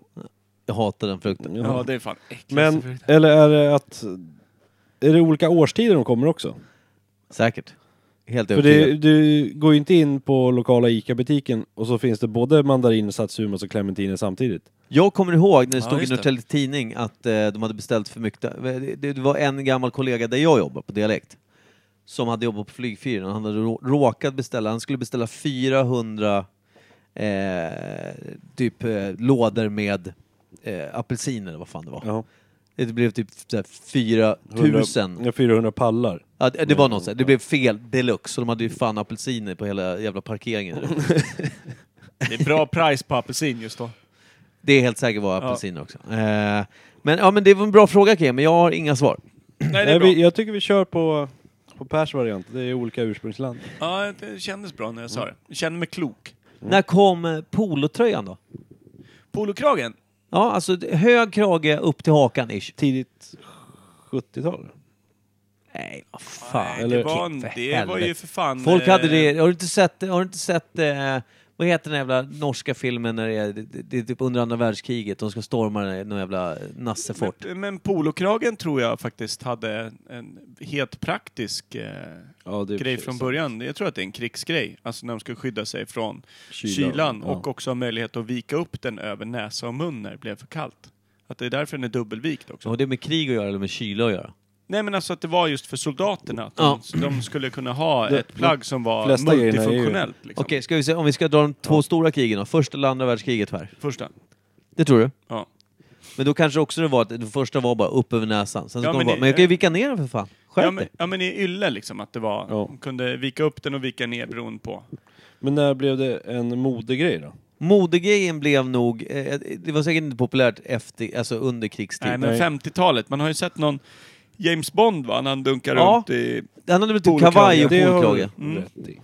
[SPEAKER 2] Jag hatar den frukten.
[SPEAKER 3] Mm.
[SPEAKER 4] Ja, det är fan äckligt.
[SPEAKER 3] Men, eller är det att... Är det olika årstider de kommer också?
[SPEAKER 2] Säkert. Helt
[SPEAKER 3] För det,
[SPEAKER 2] övertygad.
[SPEAKER 3] du går ju inte in på lokala ICA-butiken och så finns det både mandariner, satsumas och clementiner samtidigt.
[SPEAKER 2] Jag kommer ihåg när det
[SPEAKER 4] Ja,
[SPEAKER 2] stod i
[SPEAKER 4] just det.
[SPEAKER 2] Norrtälje Tidning att eh, de hade beställt för mycket. Det, det var en gammal kollega där jag jobbar på Dialekt som hade jobbat på flygfyren och han hade rå- råkat beställa, han skulle beställa 400 eh, typ eh, lådor med eh, apelsiner eller vad fan det var.
[SPEAKER 3] Ja.
[SPEAKER 2] Det blev typ så här 4000.
[SPEAKER 3] 100 400 pallar.
[SPEAKER 2] Ja, det, det var något sånt. Det blev fel deluxe så de hade ju fan apelsiner på hela jävla parkeringen.
[SPEAKER 4] Det är bra price på apelsin just då.
[SPEAKER 2] Det är helt säkert var apelsiner också. Eh, men, ja, men det var en bra fråga Kim, men jag har inga svar.
[SPEAKER 4] Nej, det är
[SPEAKER 3] Nej,
[SPEAKER 4] bra.
[SPEAKER 3] vi, jag tycker vi kör på, på Pers variant, det är olika ursprungsland.
[SPEAKER 4] Ja, det kändes bra när jag sa det. Jag kände mig klok.
[SPEAKER 2] När kom eh, polotröjan då?
[SPEAKER 4] Polokragen?
[SPEAKER 2] Ja, alltså d- hög krage upp till hakan ish.
[SPEAKER 3] Tidigt 70-tal?
[SPEAKER 2] Nej, vad fan.
[SPEAKER 4] Nej, det
[SPEAKER 3] eller-
[SPEAKER 4] var, en,
[SPEAKER 2] För
[SPEAKER 4] det var ju
[SPEAKER 2] helvete.
[SPEAKER 4] för fan...
[SPEAKER 2] Folk hade
[SPEAKER 4] eh,
[SPEAKER 2] det, har du inte sett, har du inte sett eh, vad heter den jävla norska filmen när det är, det, det är typ under andra världskriget, de ska storma den- någon jävla nassefort.
[SPEAKER 4] Men, men polokragen tror jag faktiskt hade en helt praktisk eh,
[SPEAKER 3] Ja, det är
[SPEAKER 4] grej
[SPEAKER 3] precis.
[SPEAKER 4] från början. Jag tror att det är en krigsgrej, alltså när de ska skydda sig från
[SPEAKER 3] Kylan,
[SPEAKER 4] kylan,
[SPEAKER 3] ja.
[SPEAKER 4] och också ha möjlighet att vika upp den över näsa och mun när det blev för kallt. Att det är därför den är dubbelvikt också.
[SPEAKER 2] Har det med krig att göra eller med kyla att göra?
[SPEAKER 4] Nej men alltså att det var just för soldaterna, att de, de skulle kunna ha
[SPEAKER 3] De-
[SPEAKER 4] ett plagg som var
[SPEAKER 3] flesta grejerna är ju-
[SPEAKER 4] multifunktionellt. Liksom.
[SPEAKER 2] Okej, ska vi se, om vi ska dra de två stora krigen då, första eller andra världskriget här.
[SPEAKER 4] Första.
[SPEAKER 2] Det tror du?
[SPEAKER 4] Ja.
[SPEAKER 2] Men då kanske också det var att det första var bara upp över näsan, sen så
[SPEAKER 4] Ja,
[SPEAKER 2] kom det
[SPEAKER 4] men
[SPEAKER 2] bara,
[SPEAKER 4] det-
[SPEAKER 2] men jag kan ju vika ner den för fan. Skärp dig.
[SPEAKER 4] Ja men, ja men i ylle liksom, att det var,
[SPEAKER 3] Ja.
[SPEAKER 4] de kunde vika upp den och vika ner beroende på.
[SPEAKER 3] Men när blev det en modegrej då?
[SPEAKER 2] Modegrejen blev nog, eh, det var säkert inte populärt efter, alltså under krigstid.
[SPEAKER 4] Nej, men
[SPEAKER 3] Nej.
[SPEAKER 4] 50-talet. Man har ju sett någon James Bond va, när han dunkar
[SPEAKER 2] Ja.
[SPEAKER 4] runt i...
[SPEAKER 2] Han hade väl typ
[SPEAKER 4] Polokrage.
[SPEAKER 2] kavaj och
[SPEAKER 3] det har
[SPEAKER 2] polkrage.
[SPEAKER 3] du
[SPEAKER 4] Mm.
[SPEAKER 3] rätt i.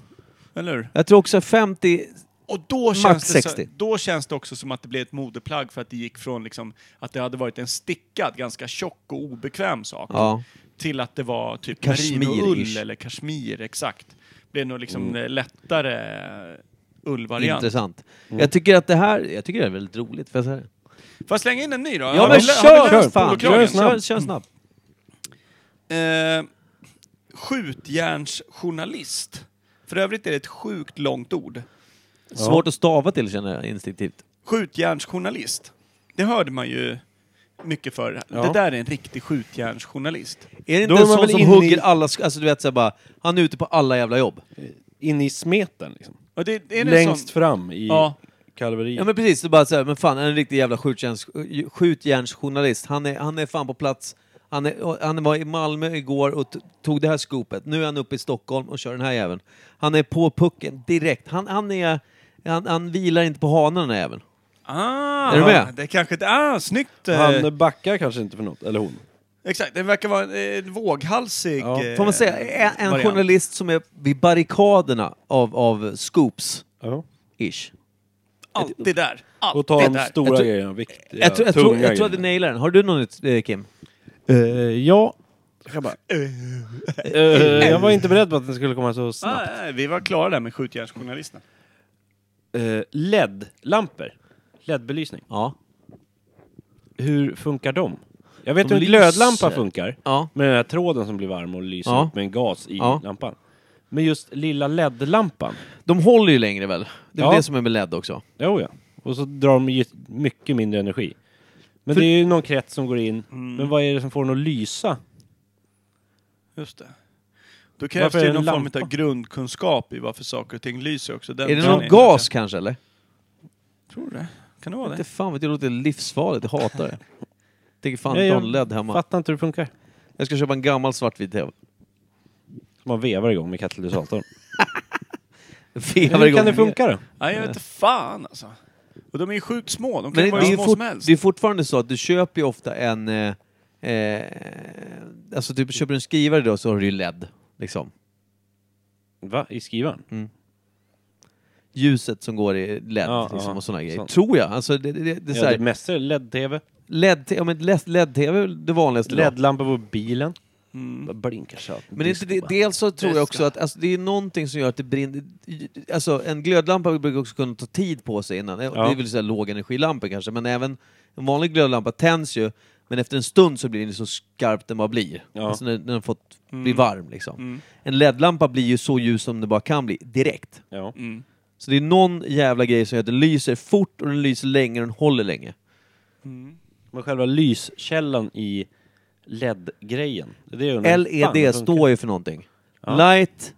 [SPEAKER 4] Eller hur?
[SPEAKER 2] Jag tror också 50,
[SPEAKER 4] Och då känns, det,
[SPEAKER 2] 60.
[SPEAKER 4] så, då känns det också som att det blev ett modeplagg för att det gick från liksom, att det hade varit en stickad, ganska tjock och obekväm sak
[SPEAKER 2] ja.
[SPEAKER 4] till att det var typ
[SPEAKER 2] Kashmir-ish. Mm.
[SPEAKER 4] merinoull eller kashmir, exakt. Det blev nog liksom eh, lättare eh, ullvariant.
[SPEAKER 2] Intressant. Jag tycker att det här, jag tycker det är väldigt roligt. Får jag säga det?
[SPEAKER 4] Får jag slänga in en ny då?
[SPEAKER 2] Ja men kör!
[SPEAKER 3] kör,
[SPEAKER 2] fan! Kör
[SPEAKER 3] polokragen. snabbt.
[SPEAKER 2] snabbt! Kör snabbt.
[SPEAKER 4] Eh, skjutjärnsjournalist. För övrigt är det ett sjukt långt ord.
[SPEAKER 2] Svårt att stava till känner jag instinktivt.
[SPEAKER 4] skjutjärnsjournalist. Det hörde man ju mycket för.
[SPEAKER 3] Ja.
[SPEAKER 4] Det där är en riktig skjutjärnsjournalist.
[SPEAKER 2] Är det
[SPEAKER 3] Då
[SPEAKER 2] inte
[SPEAKER 3] är
[SPEAKER 2] en sån
[SPEAKER 3] man väl
[SPEAKER 2] som
[SPEAKER 3] inne i-
[SPEAKER 2] hugger alla sk- Alltså du vet såhär bara, han är ute på alla jävla jobb.
[SPEAKER 3] In i smeten liksom.
[SPEAKER 4] Och det, är det en
[SPEAKER 3] Längst
[SPEAKER 4] sån,
[SPEAKER 3] fram i
[SPEAKER 4] Ja.
[SPEAKER 3] kalveriet.
[SPEAKER 2] Ja men precis, det är bara såhär, men fan en riktig jävla skjutjärns, skjutjärnsjournalist. Han är, han är fan på plats. Han, är, och han var i Malmö igår och t- tog det här skopet. Nu är han uppe i Stockholm och kör den här jäveln. Han är på pucken direkt. Han, han är... Han, han vilar inte på hanen den här jäveln.
[SPEAKER 4] Ah,
[SPEAKER 2] Är du med?
[SPEAKER 4] Det är kanske inte... Ah, snyggt! eh,
[SPEAKER 3] Han backar kanske inte för något, eller hon.
[SPEAKER 4] Exakt, det verkar vara en, en eh, våghalsig...
[SPEAKER 3] Ja.
[SPEAKER 4] eh,
[SPEAKER 2] Får man säga, en, en
[SPEAKER 4] variant.
[SPEAKER 2] journalist som är vid barrikaderna av, av scoops,
[SPEAKER 3] Ja.
[SPEAKER 2] ish.
[SPEAKER 4] Allt det där. Allt
[SPEAKER 3] Och tar
[SPEAKER 4] det
[SPEAKER 3] de
[SPEAKER 4] där.
[SPEAKER 3] stora
[SPEAKER 2] Jag tror-
[SPEAKER 3] grejerna, viktiga,
[SPEAKER 2] jag, tror, jag, tror,
[SPEAKER 3] tunga
[SPEAKER 2] jag tror att vi
[SPEAKER 3] grejerna.
[SPEAKER 2] nailar den. Har du något nytt, eh, Kim?
[SPEAKER 3] Eh, ja. Jag, bara, Eh, jag var inte beredd på att den skulle komma så snabbt.
[SPEAKER 4] Ah, nej, vi var klara där med skjutjärnsjournalisten.
[SPEAKER 2] Ah.
[SPEAKER 3] Eh, LED-lampor. LED-belysning.
[SPEAKER 2] Ja.
[SPEAKER 3] Hur funkar de? Jag vet
[SPEAKER 2] De
[SPEAKER 3] hur
[SPEAKER 2] lyser.
[SPEAKER 3] en glödlampa funkar.
[SPEAKER 2] Ja.
[SPEAKER 3] Med den här tråden som blir varm och lyser
[SPEAKER 2] Ja.
[SPEAKER 3] upp med en gas i
[SPEAKER 2] Ja.
[SPEAKER 3] lampan. Men just lilla LED-lampan.
[SPEAKER 2] De håller ju längre väl? Det är väl
[SPEAKER 3] Ja.
[SPEAKER 2] det som är med LED också.
[SPEAKER 3] Jo, ja. Och så drar de ju mycket mindre energi. Men
[SPEAKER 2] För- Mm.
[SPEAKER 3] det är ju någon krets som går in. Men vad är det som får den att lysa?
[SPEAKER 4] Just det. Då krävs
[SPEAKER 3] Varför
[SPEAKER 4] det
[SPEAKER 3] är
[SPEAKER 4] ju
[SPEAKER 3] det
[SPEAKER 4] någon
[SPEAKER 3] en lampa?
[SPEAKER 4] form av grundkunskap i varför saker och ting lyser också. Den
[SPEAKER 2] Är det
[SPEAKER 4] kan
[SPEAKER 2] någon
[SPEAKER 4] jag
[SPEAKER 2] gas
[SPEAKER 4] inte-
[SPEAKER 2] kanske eller?
[SPEAKER 4] Tror du det? Kan det vara
[SPEAKER 2] Det
[SPEAKER 4] det?
[SPEAKER 2] fan vet jag, det låter livsfarligt. Jag hatar det. Tänker fan
[SPEAKER 3] Nej,
[SPEAKER 2] inte ha
[SPEAKER 3] jag
[SPEAKER 2] någon LED hemma.
[SPEAKER 3] Fattar inte hur det funkar.
[SPEAKER 2] Jag ska köpa en gammal svartvit TV.
[SPEAKER 3] Så man vevar igång med katalysatorn.
[SPEAKER 2] Vevar
[SPEAKER 3] hur
[SPEAKER 2] igång
[SPEAKER 3] kan det
[SPEAKER 2] med-
[SPEAKER 3] funka då?
[SPEAKER 4] Nej, jag vet inte fan alltså. Och de är ju sjukt små. De kan
[SPEAKER 2] Men
[SPEAKER 4] ju
[SPEAKER 2] det,
[SPEAKER 4] vara hur
[SPEAKER 2] är
[SPEAKER 4] små
[SPEAKER 2] fort,
[SPEAKER 4] som helst.
[SPEAKER 2] det är fortfarande så att du köper ju ofta en... Eh, eh, alltså typ köper du en skrivare då så har du ju LED. Liksom.
[SPEAKER 3] Va? I skrivaren?
[SPEAKER 2] Ljuset som går i LED
[SPEAKER 3] Ja,
[SPEAKER 2] liksom,
[SPEAKER 3] ja,
[SPEAKER 2] och sådana grejer.
[SPEAKER 3] sånt.
[SPEAKER 2] Tror jag. Alltså det, det, det, det är så
[SPEAKER 3] Ja,
[SPEAKER 2] här,
[SPEAKER 3] det mesta är LED-TV.
[SPEAKER 2] LED, ja, men LED, LED-TV är väl det vanligaste idag.
[SPEAKER 3] LED-lampor på bilen. Blinkar så. att-
[SPEAKER 2] Mm. Men det är inte det, dels så tror jag också att alltså, det är någonting som gör att det brinner... Alltså en glödlampa brukar också kunna ta tid på sig innan. Det är väl såhär lågenergilampor kanske, men även en vanlig glödlampa tänds ju, men efter en stund så blir den så skarp den bara blir.
[SPEAKER 3] Ja. Mm.
[SPEAKER 2] Alltså när, när den fått bli varm liksom. En LED-lampa blir ju så ljus som det bara kan bli, direkt.
[SPEAKER 3] Ja.
[SPEAKER 2] Så det är någon jävla grej som gör att den lyser fort och den lyser länge och den håller länge.
[SPEAKER 3] Men själva lyskällan i LED-grejen. Det är det jag undrar. Fan,
[SPEAKER 2] LED
[SPEAKER 3] det
[SPEAKER 2] E står ju för någonting.
[SPEAKER 3] E
[SPEAKER 2] Light,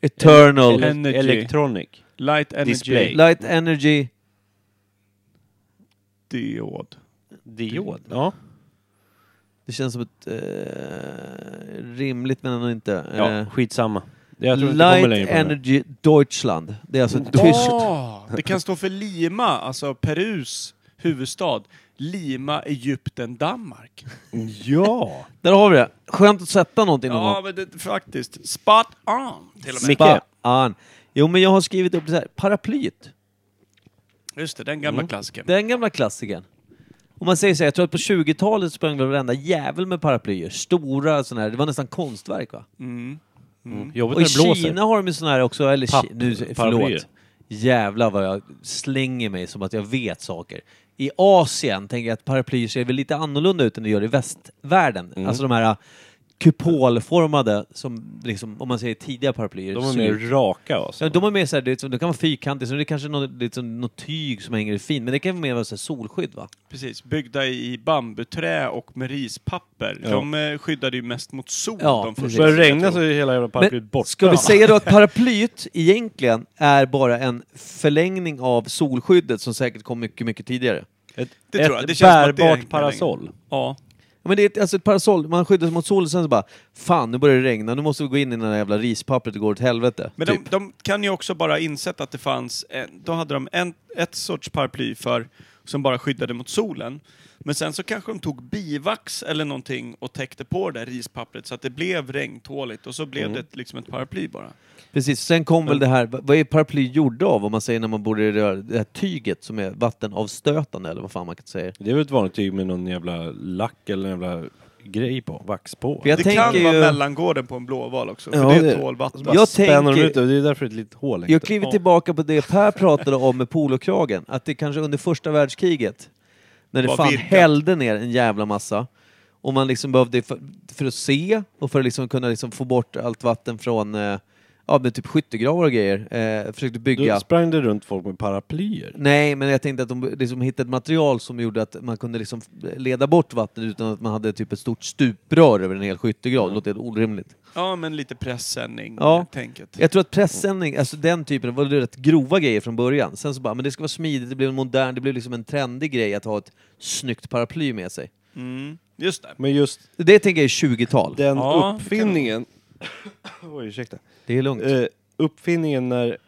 [SPEAKER 2] eternal,
[SPEAKER 3] Ele-
[SPEAKER 4] Energy.
[SPEAKER 3] Electronic.
[SPEAKER 4] Light Energy
[SPEAKER 3] Display.
[SPEAKER 2] light energy,
[SPEAKER 4] Diod.
[SPEAKER 3] Diod. Ja.
[SPEAKER 2] Det känns som ett eh, rimligt men ändå inte.
[SPEAKER 3] ja.
[SPEAKER 2] Eh,
[SPEAKER 3] Skitsamma. Jag tror inte det kommer längre
[SPEAKER 2] Light
[SPEAKER 3] på den här.
[SPEAKER 2] Energy Deutschland. Det är alltså ett tyskt.
[SPEAKER 4] Åh, det kan stå för Lima, alltså Perus huvudstad. Lima, Egypten, Danmark.
[SPEAKER 3] Ja!
[SPEAKER 2] Där har vi det. Skönt att sätta någonting någon
[SPEAKER 4] Ja,
[SPEAKER 2] gång.
[SPEAKER 4] men det, faktiskt. Spot on! Till och med.
[SPEAKER 3] Micke.
[SPEAKER 2] Fan. Jo men jag har skrivit upp det så här. Paraplyet.
[SPEAKER 4] Just det, den gamla
[SPEAKER 2] Mm.
[SPEAKER 4] klassikern.
[SPEAKER 2] Den gamla klassikern. Om man säger så här, jag tror att på 20-talet sprang väl varenda jävel med paraplyer. Stora sådana här, det var nästan konstverk va?
[SPEAKER 3] Jobbigt
[SPEAKER 2] Och i
[SPEAKER 3] när det blåser.
[SPEAKER 2] Kina har de ju sådana här också, eller
[SPEAKER 3] Papp-
[SPEAKER 2] Ki- nu,
[SPEAKER 3] paraplyer.
[SPEAKER 2] förlåt. Jävlar vad jag slänger mig som att jag vet saker. I Asien tänker jag att paraplyer ser väl lite annorlunda ut än det gör i västvärlden.
[SPEAKER 3] Mm.
[SPEAKER 2] Alltså de här äh, kupolformade, som liksom, om man säger tidiga paraplyer.
[SPEAKER 3] De är
[SPEAKER 2] ser ut-
[SPEAKER 3] mer raka alltså.
[SPEAKER 2] Ja, de är mer såhär, det, det kan vara fyrkantigt, så det är kanske något, det är liksom något tyg som hänger fint, men det kan vara mer vara så här solskydd va?
[SPEAKER 4] Precis, byggda i bambuträ och med rispapper. De eh, skyddade ju mest mot sol
[SPEAKER 2] Ja,
[SPEAKER 4] de
[SPEAKER 2] precis.
[SPEAKER 4] första.
[SPEAKER 3] Börjar det regna så är hela jävla paraplyet
[SPEAKER 2] Men
[SPEAKER 3] borta.
[SPEAKER 2] ska vi säga då att paraplyet egentligen är bara en förlängning av solskyddet som säkert kom mycket, mycket tidigare?
[SPEAKER 3] Ett,
[SPEAKER 4] Det
[SPEAKER 3] ett
[SPEAKER 4] tror jag. Det känns som att det hänger
[SPEAKER 3] bärbart
[SPEAKER 4] med
[SPEAKER 3] parasoll.
[SPEAKER 4] Ja.
[SPEAKER 2] Ja, men det är ett, alltså ett parasoll, man skyddar sig mot solen sen så bara Fan, nu börjar det regna, nu måste vi gå in i det här jävla rispappret, det går åt helvete.
[SPEAKER 4] Men
[SPEAKER 2] typ.
[SPEAKER 4] de, de kan ju också bara insett att det fanns, en, då hade de en, ett sorts paraply för, som bara skyddade mot solen. Men sen så kanske de tog bivax eller någonting och täckte på det där rispappret så att det blev regntåligt och så
[SPEAKER 2] Mm.
[SPEAKER 4] blev det liksom ett paraply bara.
[SPEAKER 2] Precis, sen kom väl det här, vad vad är paraply gjorda av om man säger när man borde röra det här tyget som är vattenavstötande eller vad fan man kan säga.
[SPEAKER 3] Det är väl ett vanligt tyg med någon jävla lack eller någon jävla grej på. Vax på.
[SPEAKER 2] För jag
[SPEAKER 4] det kan vara mellangården på en blåval också, för
[SPEAKER 3] Ja,
[SPEAKER 4] det
[SPEAKER 3] det-
[SPEAKER 4] tål vatten.
[SPEAKER 2] Jag
[SPEAKER 3] Spänner de
[SPEAKER 2] tänker-
[SPEAKER 3] ut det. Det är därför det är ett litet hål.
[SPEAKER 2] Jag kliver tillbaka på det Per pratade om med polokragen, att det kanske under första världskriget, när det
[SPEAKER 4] Var
[SPEAKER 2] fan
[SPEAKER 4] virkat.
[SPEAKER 2] hällde ner en jävla massa, och man liksom behövde för, för att se och för att liksom kunna liksom få bort allt vatten från eh, ja, med typ skyttegravar och grejer. Eh, försökte bygga.
[SPEAKER 10] Du sprang det runt folk med paraplyer?
[SPEAKER 2] Nej, men jag tänkte att de liksom hittade ett material som gjorde att man kunde liksom leda bort vattnet utan att man hade typ ett stort stuprör över en hel skyttegrav. Det låter helt orimligt.
[SPEAKER 4] Ja, men lite pressändning,
[SPEAKER 2] Ja.
[SPEAKER 4] tänket.
[SPEAKER 2] Jag tror att pressändning, alltså den typen, det var ju rätt grova grejer från början. Sen så bara, men det ska vara smidigt, det blev modern, det blev liksom en trendig grej att ha ett snyggt paraply med sig.
[SPEAKER 4] Mm. Just det.
[SPEAKER 3] Men just
[SPEAKER 2] Det tänker jag är 20-tal.
[SPEAKER 3] den
[SPEAKER 4] Ja,
[SPEAKER 3] uppfinningen... Oj, ursäkta.
[SPEAKER 2] Det är lugnt.
[SPEAKER 3] Eh, uppfinningen när...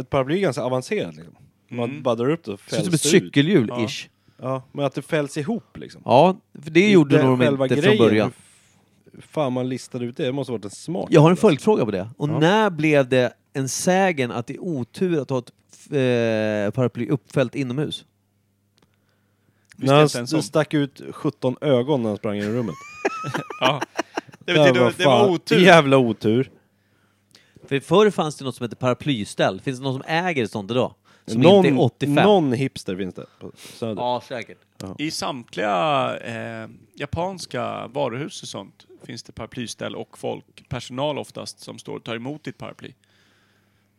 [SPEAKER 3] Ett paraply är ganska avancerat liksom. Man
[SPEAKER 4] Mm.
[SPEAKER 3] bara drar upp det och
[SPEAKER 2] Det ser ut
[SPEAKER 3] fälls
[SPEAKER 2] som ett
[SPEAKER 3] det ut.
[SPEAKER 2] cykelhjul-ish.
[SPEAKER 3] Ja, men att det fälls ihop liksom.
[SPEAKER 2] Ja, för det gjorde nog de inte från början.
[SPEAKER 3] hur Fan man listade ut det, det måste varit en smart.
[SPEAKER 2] Jag har en följdfråga på det. Och när blev det en sägen att det är otur att ha ett eh, paraply uppfällt inomhus?
[SPEAKER 4] Visste
[SPEAKER 3] När han
[SPEAKER 4] inte ens om.
[SPEAKER 3] st- stack ut 17 ögon när han sprang in i rummet.
[SPEAKER 4] Ja. Det, det, det, det var
[SPEAKER 3] fan,
[SPEAKER 4] otur.
[SPEAKER 3] Jävla otur.
[SPEAKER 2] För förr fanns det något som hette paraplyställ. Finns det någon som äger ett sånt idag? Som
[SPEAKER 3] någon,
[SPEAKER 2] inte är 85?
[SPEAKER 3] någon hipster finns det på Söder.
[SPEAKER 2] Ja, säkert.
[SPEAKER 4] I samtliga eh, japanska varuhus och sånt finns det paraplyställ och folk, personal oftast, som står och tar emot ditt paraply.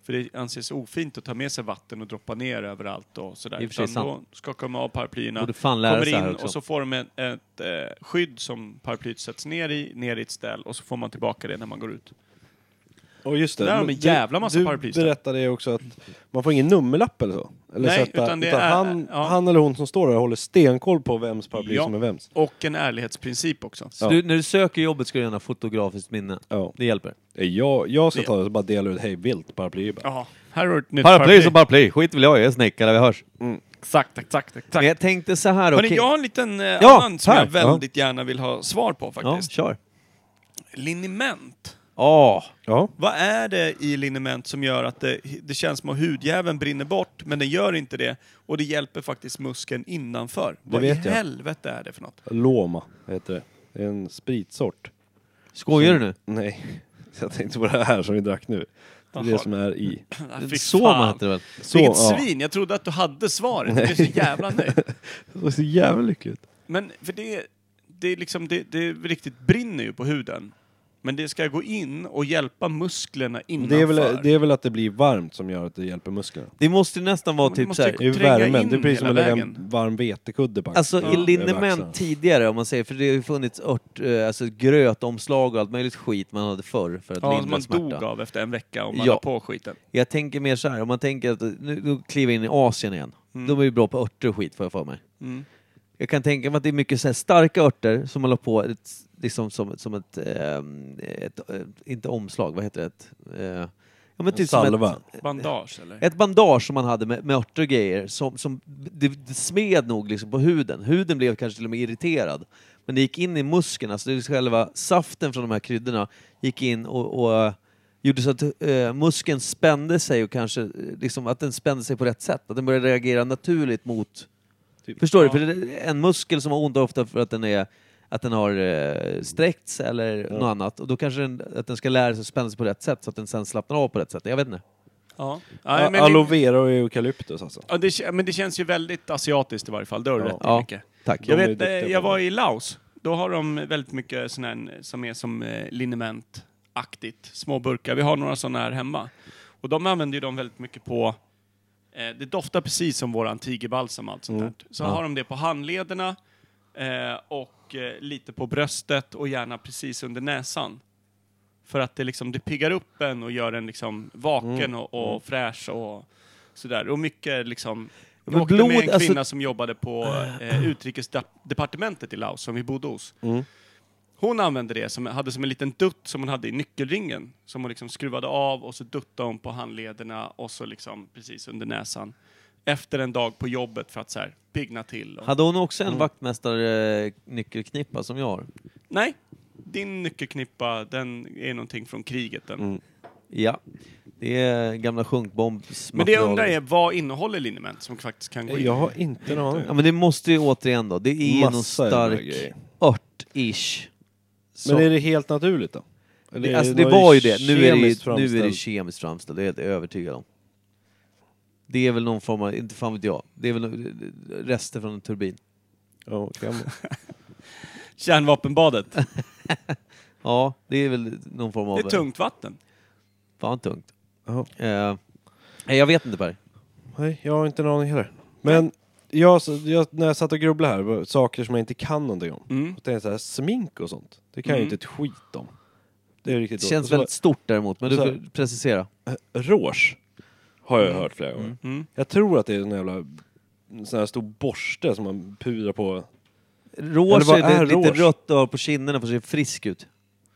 [SPEAKER 4] För det anses ofint att ta med sig vatten och droppa ner överallt och sådär.
[SPEAKER 2] I och för sig
[SPEAKER 4] Utan då skakar de av paraplyerna,
[SPEAKER 2] Borde fan lära
[SPEAKER 4] kommer
[SPEAKER 2] sig här
[SPEAKER 4] in
[SPEAKER 2] också.
[SPEAKER 4] och så får de ett, ett eh, skydd som paraplyet sätts ner i, ner i ett ställ och så får man tillbaka det när man går ut.
[SPEAKER 3] Och just det.
[SPEAKER 4] Där har de en
[SPEAKER 3] du-
[SPEAKER 4] jävla massa
[SPEAKER 3] Du
[SPEAKER 4] paraplyställ.
[SPEAKER 3] berättade ju också att man får ingen nummerlapp eller så. Eller
[SPEAKER 4] Nej,
[SPEAKER 3] sätta,
[SPEAKER 4] utan
[SPEAKER 3] utan
[SPEAKER 4] det är-
[SPEAKER 3] han,
[SPEAKER 4] ja.
[SPEAKER 3] han eller hon som står där håller stenkoll på vems paraply
[SPEAKER 4] Ja.
[SPEAKER 3] som är vems.
[SPEAKER 4] Och en ärlighetsprincip också.
[SPEAKER 2] Så
[SPEAKER 3] Ja.
[SPEAKER 2] du, när du söker jobbet ska du gärna ha fotografiskt minne.
[SPEAKER 3] Ja.
[SPEAKER 2] Det hjälper.
[SPEAKER 3] Jag, jag ska ta det och bara dela ut hej vilt paraply bara.
[SPEAKER 4] Ja, här har du ett nytt
[SPEAKER 2] Paraply
[SPEAKER 4] paraply.
[SPEAKER 2] som paraply. Skit vill jag jag är snickare, vi hörs.
[SPEAKER 4] Exakt, exakt, exakt.
[SPEAKER 2] Men jag tänkte så här
[SPEAKER 4] Hörni,
[SPEAKER 2] okej.
[SPEAKER 4] jag har en liten eh,
[SPEAKER 2] Ja,
[SPEAKER 4] annan som
[SPEAKER 2] här.
[SPEAKER 4] jag väldigt gärna vill ha svar på
[SPEAKER 2] Ja,
[SPEAKER 4] faktiskt.
[SPEAKER 2] kör.
[SPEAKER 4] Liniment.
[SPEAKER 2] Ja.
[SPEAKER 3] Ja.
[SPEAKER 4] Vad är det i liniment som gör att det, det känns som att hudjäveln brinner bort, men den gör inte det och det hjälper faktiskt muskeln innanför? Vad
[SPEAKER 3] vet
[SPEAKER 4] i
[SPEAKER 3] jag.
[SPEAKER 4] helvete är det för något?
[SPEAKER 3] Loma heter det. Det är en spritsort.
[SPEAKER 2] Skojar du nu?
[SPEAKER 3] Nej, jag tänkte på det här som vi drack nu. Det är
[SPEAKER 4] Jaha.
[SPEAKER 3] det som är i.
[SPEAKER 4] Ah, fy
[SPEAKER 2] Soma
[SPEAKER 4] fan.
[SPEAKER 2] heter det väl?
[SPEAKER 3] Så,
[SPEAKER 4] Vilket
[SPEAKER 3] ja.
[SPEAKER 4] svin! Jag trodde att du hade svaret. Jag är så jävla nöjd.
[SPEAKER 3] Det var så jävla lyckligt.
[SPEAKER 4] Men för det, det, är liksom, det, det riktigt brinner ju på huden. Men det ska gå in och hjälpa musklerna innanför.
[SPEAKER 3] Det är, väl, det är väl att det blir varmt som gör att det hjälper musklerna.
[SPEAKER 2] Det måste ju nästan vara
[SPEAKER 4] Men
[SPEAKER 2] typ
[SPEAKER 4] måste
[SPEAKER 2] så här,
[SPEAKER 4] ju
[SPEAKER 3] Det är ju
[SPEAKER 4] Tränga
[SPEAKER 3] värmen.
[SPEAKER 4] in
[SPEAKER 3] Det är precis som att
[SPEAKER 4] hela
[SPEAKER 3] lägga
[SPEAKER 4] vägen.
[SPEAKER 3] en varm vetekudde på axeln.
[SPEAKER 2] Alltså i
[SPEAKER 3] Eller axlarna.
[SPEAKER 2] liniment tidigare, om man säger, för det har ju funnits ört, eh, alltså grötomslag och allt möjligt skit man hade förr för att
[SPEAKER 4] Ja, som
[SPEAKER 2] lindra
[SPEAKER 4] man dog
[SPEAKER 2] smärta.
[SPEAKER 4] av efter en vecka om man
[SPEAKER 2] Ja.
[SPEAKER 4] la på skiten.
[SPEAKER 2] Jag tänker mer så här, om man tänker att nu, nu kliver jag in i Asien igen. De är ju bra på örter och skit får jag för mig.
[SPEAKER 4] Mm.
[SPEAKER 2] Jag kan tänka mig att det är mycket så här starka örter som man la på ett, liksom som, som ett, ehm, ett, eh, inte omslag, vad heter det? Ett, eh, ja, men typ som
[SPEAKER 3] salva.
[SPEAKER 2] Ett,
[SPEAKER 4] Bandage eller?
[SPEAKER 2] ett bandage som man hade med, med örter och grejer som, som det, det smed nog liksom på huden. Huden blev kanske till och med irriterad. Men det gick in i muskeln, alltså det är själva saften från de här kryddorna gick in och, och eh, gjorde så att eh, muskeln spände sig och kanske eh, liksom att den spände sig på rätt sätt. Att den började reagera naturligt mot... Förstår du? För det är en muskel som har ont ofta för att den är att den har eh, sträckts eller något annat. Och då kanske den, att den ska lära sig att spänna sig på rätt sätt så att den sen slappnar av på rätt sätt. Jag vet inte.
[SPEAKER 4] Ja.
[SPEAKER 3] Ja,
[SPEAKER 4] Nej, men,
[SPEAKER 3] Aloe
[SPEAKER 4] det,
[SPEAKER 3] vera och eukalyptus alltså.
[SPEAKER 4] ja, det, kä- men det känns ju väldigt asiatiskt i varje fall. Det har du
[SPEAKER 3] Ja.
[SPEAKER 4] rätt i,
[SPEAKER 2] Ja.
[SPEAKER 4] Micke.
[SPEAKER 2] Tack.
[SPEAKER 4] Jag,
[SPEAKER 3] De är
[SPEAKER 4] vet,
[SPEAKER 3] duktiga
[SPEAKER 4] eh,
[SPEAKER 3] på
[SPEAKER 4] jag
[SPEAKER 3] det.
[SPEAKER 4] var i Laos. Då har de väldigt mycket sån här som är som eh, linementaktigt. Små burkar. Vi har några såna här hemma. Och de använder ju dem väldigt mycket på... Eh, det doftar precis som våran tigerbalsam och allt sånt
[SPEAKER 3] Mm.
[SPEAKER 4] där. Så har de det på handlederna eh, och eh, lite på bröstet och gärna precis under näsan. För att det, liksom, det piggar upp en och gör en liksom vaken
[SPEAKER 2] Mm.
[SPEAKER 4] och, och fräsch och sådär. Och mycket liksom... Jag
[SPEAKER 2] Men
[SPEAKER 4] åkte med en
[SPEAKER 2] blod,
[SPEAKER 4] kvinna
[SPEAKER 2] alltså- Ah.
[SPEAKER 4] som jobbade på eh, utrikesdepartementet i Laos, som vi bodde hos.
[SPEAKER 2] Mm.
[SPEAKER 4] Hon använde det, som, hade som en liten dutt som hon hade i nyckelringen, som hon liksom skruvade av och så duttade hon på handlederna och så liksom precis under näsan. Efter en dag på jobbet för att så här pigna till. Och...
[SPEAKER 2] Hade hon också en vaktmästarnyckelknippa som jag har?
[SPEAKER 4] Nej, din nyckelknippa, den är någonting från kriget.
[SPEAKER 2] Mm.
[SPEAKER 4] Den.
[SPEAKER 2] Ja. Det är gamla
[SPEAKER 4] Men det jag
[SPEAKER 2] sjunkbombsmaterial.
[SPEAKER 4] undrar är, vad innehåller liniment som faktiskt kan gå in?
[SPEAKER 3] Jag har inte en aning.
[SPEAKER 2] Ja, men det måste ju återigen då, det är
[SPEAKER 3] Massa
[SPEAKER 2] någon
[SPEAKER 3] jävla
[SPEAKER 2] stark
[SPEAKER 3] grejer.
[SPEAKER 2] ört-ish.
[SPEAKER 3] Men
[SPEAKER 2] som-
[SPEAKER 3] är det helt naturligt då? Eller
[SPEAKER 2] det,
[SPEAKER 3] är
[SPEAKER 2] alltså, det
[SPEAKER 3] något
[SPEAKER 2] var ju det. Nu är det,
[SPEAKER 3] kemiskt
[SPEAKER 2] ju, nu är det
[SPEAKER 3] framställt?
[SPEAKER 2] kemiskt framställt, det är jag helt övertygad om. Det är väl någon form av, inte fan vet jag, det är väl no- rester från en turbin.
[SPEAKER 3] Ja, kan vara.
[SPEAKER 4] Kärnvapenbadet.
[SPEAKER 2] Ja, det är väl någon form av...
[SPEAKER 4] Det är tungt vatten.
[SPEAKER 2] Fan vad tungt.
[SPEAKER 9] Ja.
[SPEAKER 2] Eh, nej, jag vet inte Per.
[SPEAKER 9] Nej, jag har inte en aning heller. Men jag, jag, när jag satt och grubblade här, var saker som jag inte kan någonting om.
[SPEAKER 4] Mm.
[SPEAKER 9] Så tänkte jag så här, smink och sånt, det kan jag
[SPEAKER 4] Mm.
[SPEAKER 9] ju inte ett skit om. Det är riktigt
[SPEAKER 2] Det
[SPEAKER 9] dåligt.
[SPEAKER 2] känns
[SPEAKER 9] Och så
[SPEAKER 2] väldigt stort däremot, men du
[SPEAKER 9] Så-
[SPEAKER 2] får precisera.
[SPEAKER 9] bara, eh, Rouge, har jag hört flera gånger.
[SPEAKER 4] Mm.
[SPEAKER 9] Jag tror att det är en jävla en sån här stor borste som man purar på. Eller
[SPEAKER 2] Rouge
[SPEAKER 9] vad
[SPEAKER 2] är, det
[SPEAKER 9] är
[SPEAKER 2] lite
[SPEAKER 9] rouge?
[SPEAKER 2] rött och har på kinderna för att se frisk ut.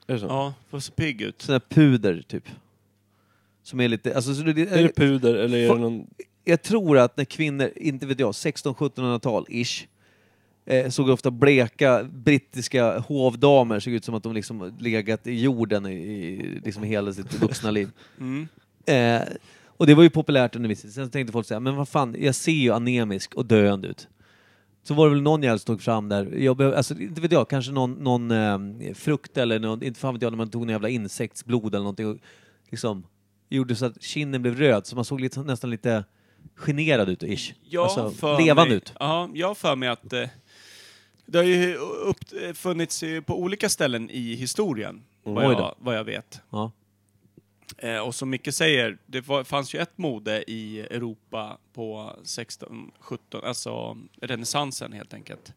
[SPEAKER 9] Är det så?
[SPEAKER 4] Ja, får se pigg ut.
[SPEAKER 2] Sån här puder, typ. Som är lite... Alltså, så det,
[SPEAKER 9] Är det puder eller är
[SPEAKER 2] Får-
[SPEAKER 9] det någon...
[SPEAKER 2] jag tror att när kvinnor, inte vet jag, 1600-1700-tal, ish, eh, såg ofta bleka brittiska hovdamer, såg ut som att de liksom legat i jorden i, i liksom hela sitt vuxna liv.
[SPEAKER 4] Mm.
[SPEAKER 2] Eh, och det var ju populärt under viss tid. Sen tänkte folk säga, men vad fan, jag ser ju anemisk och döende ut. Så var det väl någon jävel som tog fram där, jag behöv, alltså, inte vet jag, kanske någon, någon eh, frukt eller någon, inte fan vet jag, när man tog någon jävla insektsblod eller någonting och liksom gjorde så att kinden blev röd så man såg lite, nästan lite generad ut, ish.
[SPEAKER 4] Jag
[SPEAKER 2] alltså,
[SPEAKER 4] för
[SPEAKER 2] levande
[SPEAKER 4] mig,
[SPEAKER 2] ut.
[SPEAKER 4] Ja, jag har för mig att eh, det har ju upp, eh, funnits eh, på olika ställen i historien, vad,
[SPEAKER 2] Oj då.
[SPEAKER 4] jag, vad jag vet.
[SPEAKER 2] Ja.
[SPEAKER 4] Eh, och som Micke säger, det var, fanns ju ett mode i Europa på 16, 17, alltså renässansen helt enkelt.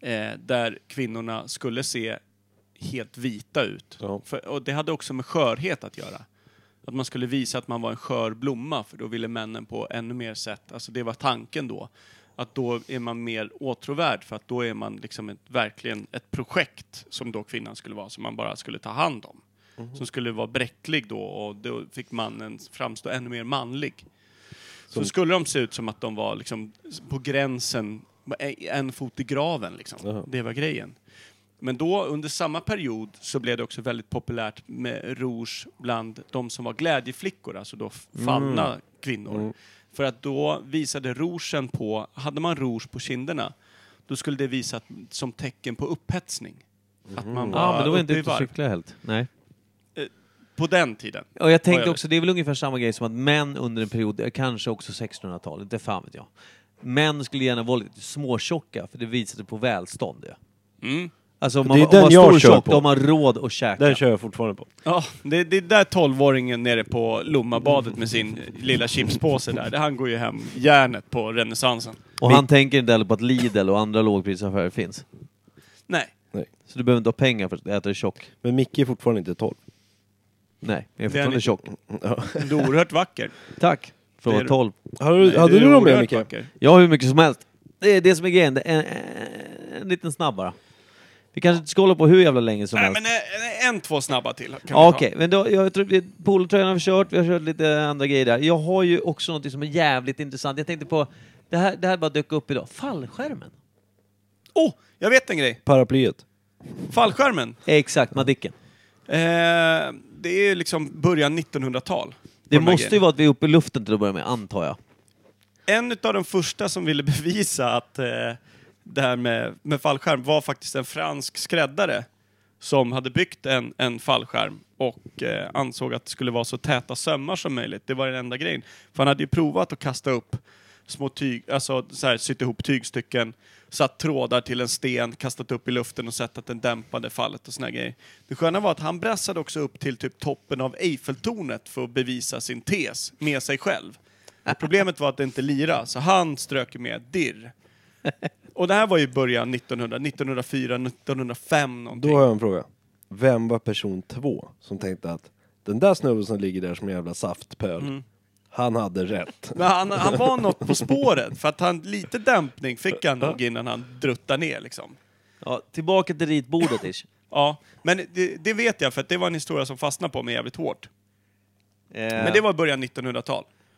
[SPEAKER 4] Eh, där kvinnorna skulle se helt vita ut.
[SPEAKER 9] Ja.
[SPEAKER 4] För, och det hade också med skörhet att göra. Att man skulle visa att man var en skör blomma, för då ville männen på ännu mer sätt, alltså det var tanken då, att då är man mer åtråvärd för att då är man liksom ett, verkligen ett projekt som då kvinnan skulle vara, som man bara skulle ta hand om. Som skulle vara bräcklig då och då fick mannen framstå ännu mer manlig. Så skulle de se ut som att de var liksom på gränsen, en fot i graven liksom.
[SPEAKER 9] Jaha.
[SPEAKER 4] Det var grejen. Men då under samma period så blev det också väldigt populärt med rouge bland de som var glädjeflickor, alltså då f- fallna kvinnor. För att då visade rougen på, hade man rouge på kinderna, då skulle det visa att, som tecken på upphetsning. Att man var,
[SPEAKER 2] Ja, men då var
[SPEAKER 4] uppe
[SPEAKER 2] inte
[SPEAKER 4] i
[SPEAKER 2] ute och
[SPEAKER 4] varv.
[SPEAKER 2] cykla helt. Nej.
[SPEAKER 4] På den tiden.
[SPEAKER 2] Och jag
[SPEAKER 4] Vad
[SPEAKER 2] tänkte
[SPEAKER 4] gör
[SPEAKER 2] också, det är väl ungefär samma grej som att män under en period, eh, kanske också 1600-talet, inte fan vet jag. Män skulle gärna vara lite småtjocka för det visade på välstånd. Ja.
[SPEAKER 4] Mm.
[SPEAKER 2] Alltså om
[SPEAKER 9] Det
[SPEAKER 2] man,
[SPEAKER 9] är
[SPEAKER 2] om man
[SPEAKER 9] den jag
[SPEAKER 2] var stor
[SPEAKER 9] kör
[SPEAKER 2] tjock,
[SPEAKER 9] på.
[SPEAKER 2] då har man råd att käka.
[SPEAKER 9] Den kör jag fortfarande på.
[SPEAKER 4] Ja, det, det är där tolvåringen nere på Lommabadet med sin lilla chipspåse där, han går ju hem järnet på renässansen.
[SPEAKER 2] Och han tänker inte heller på att Lidl och andra lågprisaffärer finns.
[SPEAKER 4] Nej.
[SPEAKER 2] Så du behöver inte ha pengar för att äta dig tjock.
[SPEAKER 9] Men Micke är fortfarande inte 12.
[SPEAKER 2] Nej, jag är
[SPEAKER 4] Det är
[SPEAKER 2] fortfarande
[SPEAKER 4] han
[SPEAKER 2] tjock.
[SPEAKER 4] Du är oerhört vacker.
[SPEAKER 2] Tack!
[SPEAKER 4] Det
[SPEAKER 2] Från
[SPEAKER 4] är du.
[SPEAKER 2] 12.
[SPEAKER 9] Hade du, hade
[SPEAKER 4] är
[SPEAKER 9] du någon mer
[SPEAKER 4] oerhört
[SPEAKER 9] Micke?
[SPEAKER 4] vacker.
[SPEAKER 2] Jag har hur mycket som helst. Det är det som är grejen. Det är en, en liten snabb bara. Vi kanske inte ska hålla på hur jävla länge som
[SPEAKER 4] Nej,
[SPEAKER 2] helst.
[SPEAKER 4] men eh, en, två snabba till kan vi
[SPEAKER 2] Ja,
[SPEAKER 4] ta.
[SPEAKER 2] Okej, men då, jag tror vi- polotröjan har vi kört, vi har kört lite andra grejer där. Jag har ju också något som är jävligt intressant. Jag tänkte på, det här, det här bara dök upp idag, fallskärmen.
[SPEAKER 4] Oh, jag vet en grej.
[SPEAKER 9] Paraplyet.
[SPEAKER 4] Fallskärmen.
[SPEAKER 2] Exakt, Madicken.
[SPEAKER 4] Eh, det är ju liksom början 1900-tal.
[SPEAKER 2] Det
[SPEAKER 4] på de här
[SPEAKER 2] måste ju
[SPEAKER 4] grejerna.
[SPEAKER 2] vara att vi är uppe i luften till att börja med, antar jag.
[SPEAKER 4] En av de första som ville bevisa att eh, det här med, med fallskärm var faktiskt en fransk skräddare som hade byggt en, en fallskärm och eh, ansåg att det skulle vara så täta sömmar som möjligt. Det var den enda grejen. För han hade ju provat att kasta upp små tyg, alltså så här, sytt ihop tygstycken, satt trådar till en sten, kastat upp i luften och sett att den dämpade fallet och såna grejer. Det sköna var att han brassade också upp till typ toppen av Eiffeltornet för att bevisa sin tes med sig själv. Och problemet var att det inte lira, så han strök med dirr. Och det här var ju början 1900, 1904, 1905 någonting.
[SPEAKER 9] Då har jag en fråga. Vem var person två som tänkte att den där snubben som ligger där som en jävla saftpöl, han hade rätt.
[SPEAKER 4] Men han, han var något på spåret, för att han lite dämpning fick han nog innan han druttade ner liksom.
[SPEAKER 2] Ja, tillbaka till ritbordet ish.
[SPEAKER 4] Ja, men det, det vet jag för att det var en historia som fastnade på mig jävligt hårt.
[SPEAKER 2] men
[SPEAKER 4] Men det var början 1900-tal.
[SPEAKER 2] men jag,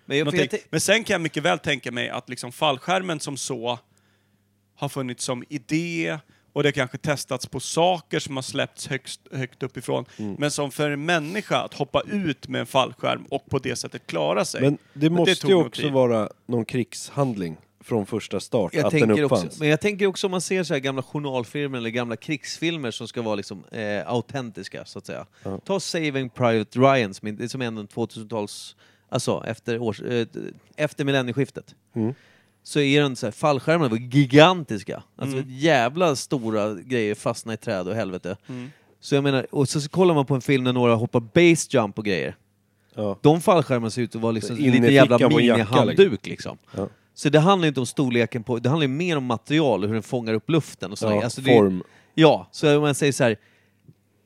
[SPEAKER 2] för jag,
[SPEAKER 4] Någonting.
[SPEAKER 2] tänk-
[SPEAKER 4] Men sen kan jag mycket väl tänka mig att liksom fallskärmen som så har funnits som idé och det har kanske testats på saker som har släppts högst, högt uppifrån.
[SPEAKER 2] Mm.
[SPEAKER 4] Men som för en människa att hoppa ut med en fallskärm och på det sättet klara sig.
[SPEAKER 9] Men det måste
[SPEAKER 4] tog
[SPEAKER 9] ju
[SPEAKER 4] nog
[SPEAKER 9] också
[SPEAKER 4] tid.
[SPEAKER 9] vara någon krigshandling från första start,
[SPEAKER 2] jag
[SPEAKER 9] att den
[SPEAKER 2] tänker
[SPEAKER 9] uppfanns.
[SPEAKER 2] också, men jag tänker också om man ser så här gamla journalfilmer eller gamla krigsfilmer som ska vara liksom, eh, autentiska, så att säga. Ta Saving Private Ryan, som, är- som är en 2000-tals... Alltså, efter, års, eh, efter millennieskiftet.
[SPEAKER 9] Mm.
[SPEAKER 2] så är den så här, fallskärmarna var gigantiska. Alltså
[SPEAKER 9] Mm.
[SPEAKER 2] jävla stora grejer fastna i
[SPEAKER 9] Mm.
[SPEAKER 2] träd och helvete. Så jag menar, och så, så kollar man på en film när några hoppar base jump och grejer.
[SPEAKER 9] Ja.
[SPEAKER 2] De fallskärmarna ser ut att vara liksom
[SPEAKER 9] In i
[SPEAKER 2] lite jävla
[SPEAKER 9] fickan på en jacka,
[SPEAKER 2] minihandduk liksom.
[SPEAKER 9] Ja.
[SPEAKER 2] Så det handlar inte om storleken på, det handlar ju mer om material och hur den fångar upp luften och sådär.
[SPEAKER 9] Ja,
[SPEAKER 2] Alltså, det-
[SPEAKER 9] form.
[SPEAKER 2] Ja, så om man säger så här.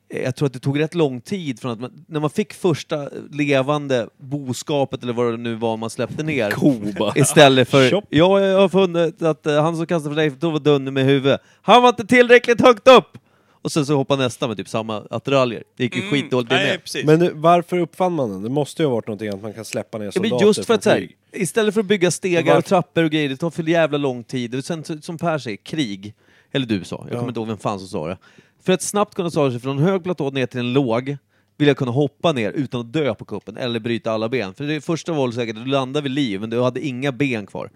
[SPEAKER 2] eh, Jag tror att det tog rätt lång tid från att man, när man fick första levande boskapet eller vad det nu var man släppte ner.
[SPEAKER 9] Koba.
[SPEAKER 2] Istället för...
[SPEAKER 9] Tjopp.
[SPEAKER 2] Ja, jag har funnit att eh, han som kastade för dig då var dunder med huvudet. Han var inte tillräckligt högt upp! Och sen så hoppade nästa med typ samma attiraljer. Det gick ju skitdåligt det
[SPEAKER 4] Mm. Nej,
[SPEAKER 2] med.
[SPEAKER 4] precis.
[SPEAKER 9] Men du, varför uppfann man den? Det måste ju ha varit någonting att man kan släppa ner
[SPEAKER 2] Ja,
[SPEAKER 9] soldater
[SPEAKER 2] men just för
[SPEAKER 9] från
[SPEAKER 2] att så här,
[SPEAKER 9] flyg.
[SPEAKER 2] istället för att bygga stegar
[SPEAKER 9] Varför-
[SPEAKER 2] och trappor och grejer, det tar för jävla lång tid. Och sen så- som Per säger, krig. Eller du sa, jag kommer inte ihåg vem fan som sa det. För att snabbt kunna ta sig från en hög platå ner till en låg vill jag kunna hoppa ner utan att dö på kuppen eller bryta alla ben. För det första var väl säkert att du landade vid liv, men du hade inga ben kvar.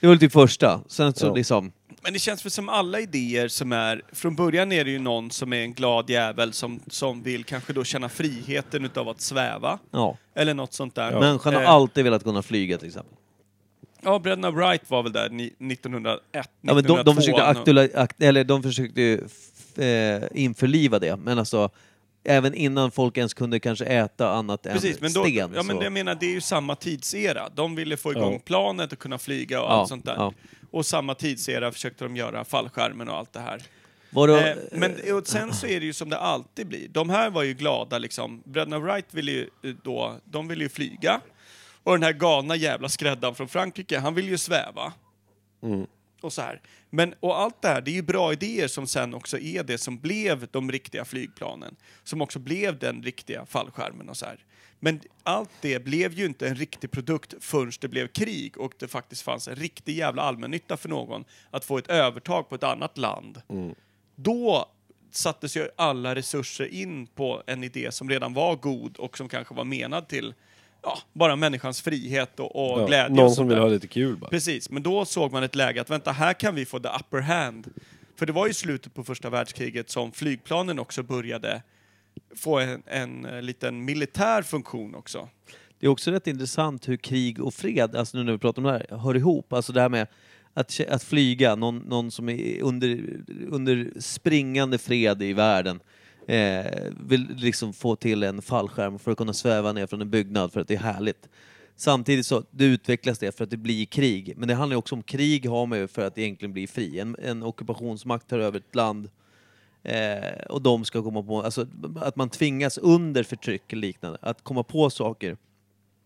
[SPEAKER 2] Det var väl typ första. Sen så liksom...
[SPEAKER 4] Men det känns väl som alla idéer som är... Från början är det ju någon som är en glad jävel som, som vill kanske då känna friheten utav att sväva.
[SPEAKER 2] Ja.
[SPEAKER 4] Eller något sånt där.
[SPEAKER 2] Människan har
[SPEAKER 4] Eh,
[SPEAKER 2] alltid velat kunna flyga till exempel.
[SPEAKER 4] Ja, bröderna Wright var väl där ni- 1901, 1902.
[SPEAKER 2] Ja, men de, de försökte
[SPEAKER 4] och-
[SPEAKER 2] aktuella, akt, eller de försökte ju f- eh, införliva det, men alltså även innan folk ens kunde kanske äta annat än
[SPEAKER 4] Precis, men då,
[SPEAKER 2] sten.
[SPEAKER 4] ja, men
[SPEAKER 2] så.
[SPEAKER 4] jag menar, det är ju samma tidsera. De ville få igång planet och kunna flyga och
[SPEAKER 2] Ja,
[SPEAKER 4] allt sånt där.
[SPEAKER 2] ja.
[SPEAKER 4] Och samma tidsera försökte de göra fallskärmen och allt det här.
[SPEAKER 2] Var det,
[SPEAKER 4] Eh, men och sen så är det ju som det alltid blir. De här var ju glada liksom. Bröderna Wright ville ju eh, då, de ville ju flyga. Och den här galna jävla skräddaren från Frankrike, han vill ju sväva. Och så här. Men, och allt det här, det är ju bra idéer som sen också är det som blev de riktiga flygplanen. Som också blev den riktiga fallskärmen och så här. Men allt det blev ju inte en riktig produkt förrän det blev krig och det faktiskt fanns en riktig jävla allmännytta för någon att få ett övertag på ett annat land
[SPEAKER 9] Mm.
[SPEAKER 4] då sattes ju alla resurser in på en idé som redan var god och som kanske var menad till ja, bara människans frihet och, och
[SPEAKER 9] Ja,
[SPEAKER 4] glädje.
[SPEAKER 9] någon
[SPEAKER 4] och
[SPEAKER 9] som
[SPEAKER 4] sånt
[SPEAKER 9] vill
[SPEAKER 4] där.
[SPEAKER 9] ha lite kul bara.
[SPEAKER 4] Precis, men då såg man ett läge att vänta, här kan vi få the upper hand. För det var ju slutet på första världskriget som flygplanen också började få en, en eh, liten militär funktion också.
[SPEAKER 2] det är också rätt intressant hur krig och fred, alltså nu när vi pratar om det här, hör ihop. Alltså det här med att, ke- att flyga, någon, någon som är under, under springande fred i världen eh, vill liksom få till en fallskärm för att kunna sväva ner från en byggnad för att det är härligt. Samtidigt så det utvecklas det för att det blir krig, men det handlar ju också om krig har man ju för att egentligen bli fri. En, en ockupationsmakt tar över ett land eh, och de ska komma på, alltså att man tvingas under förtryck eller liknande, att komma på saker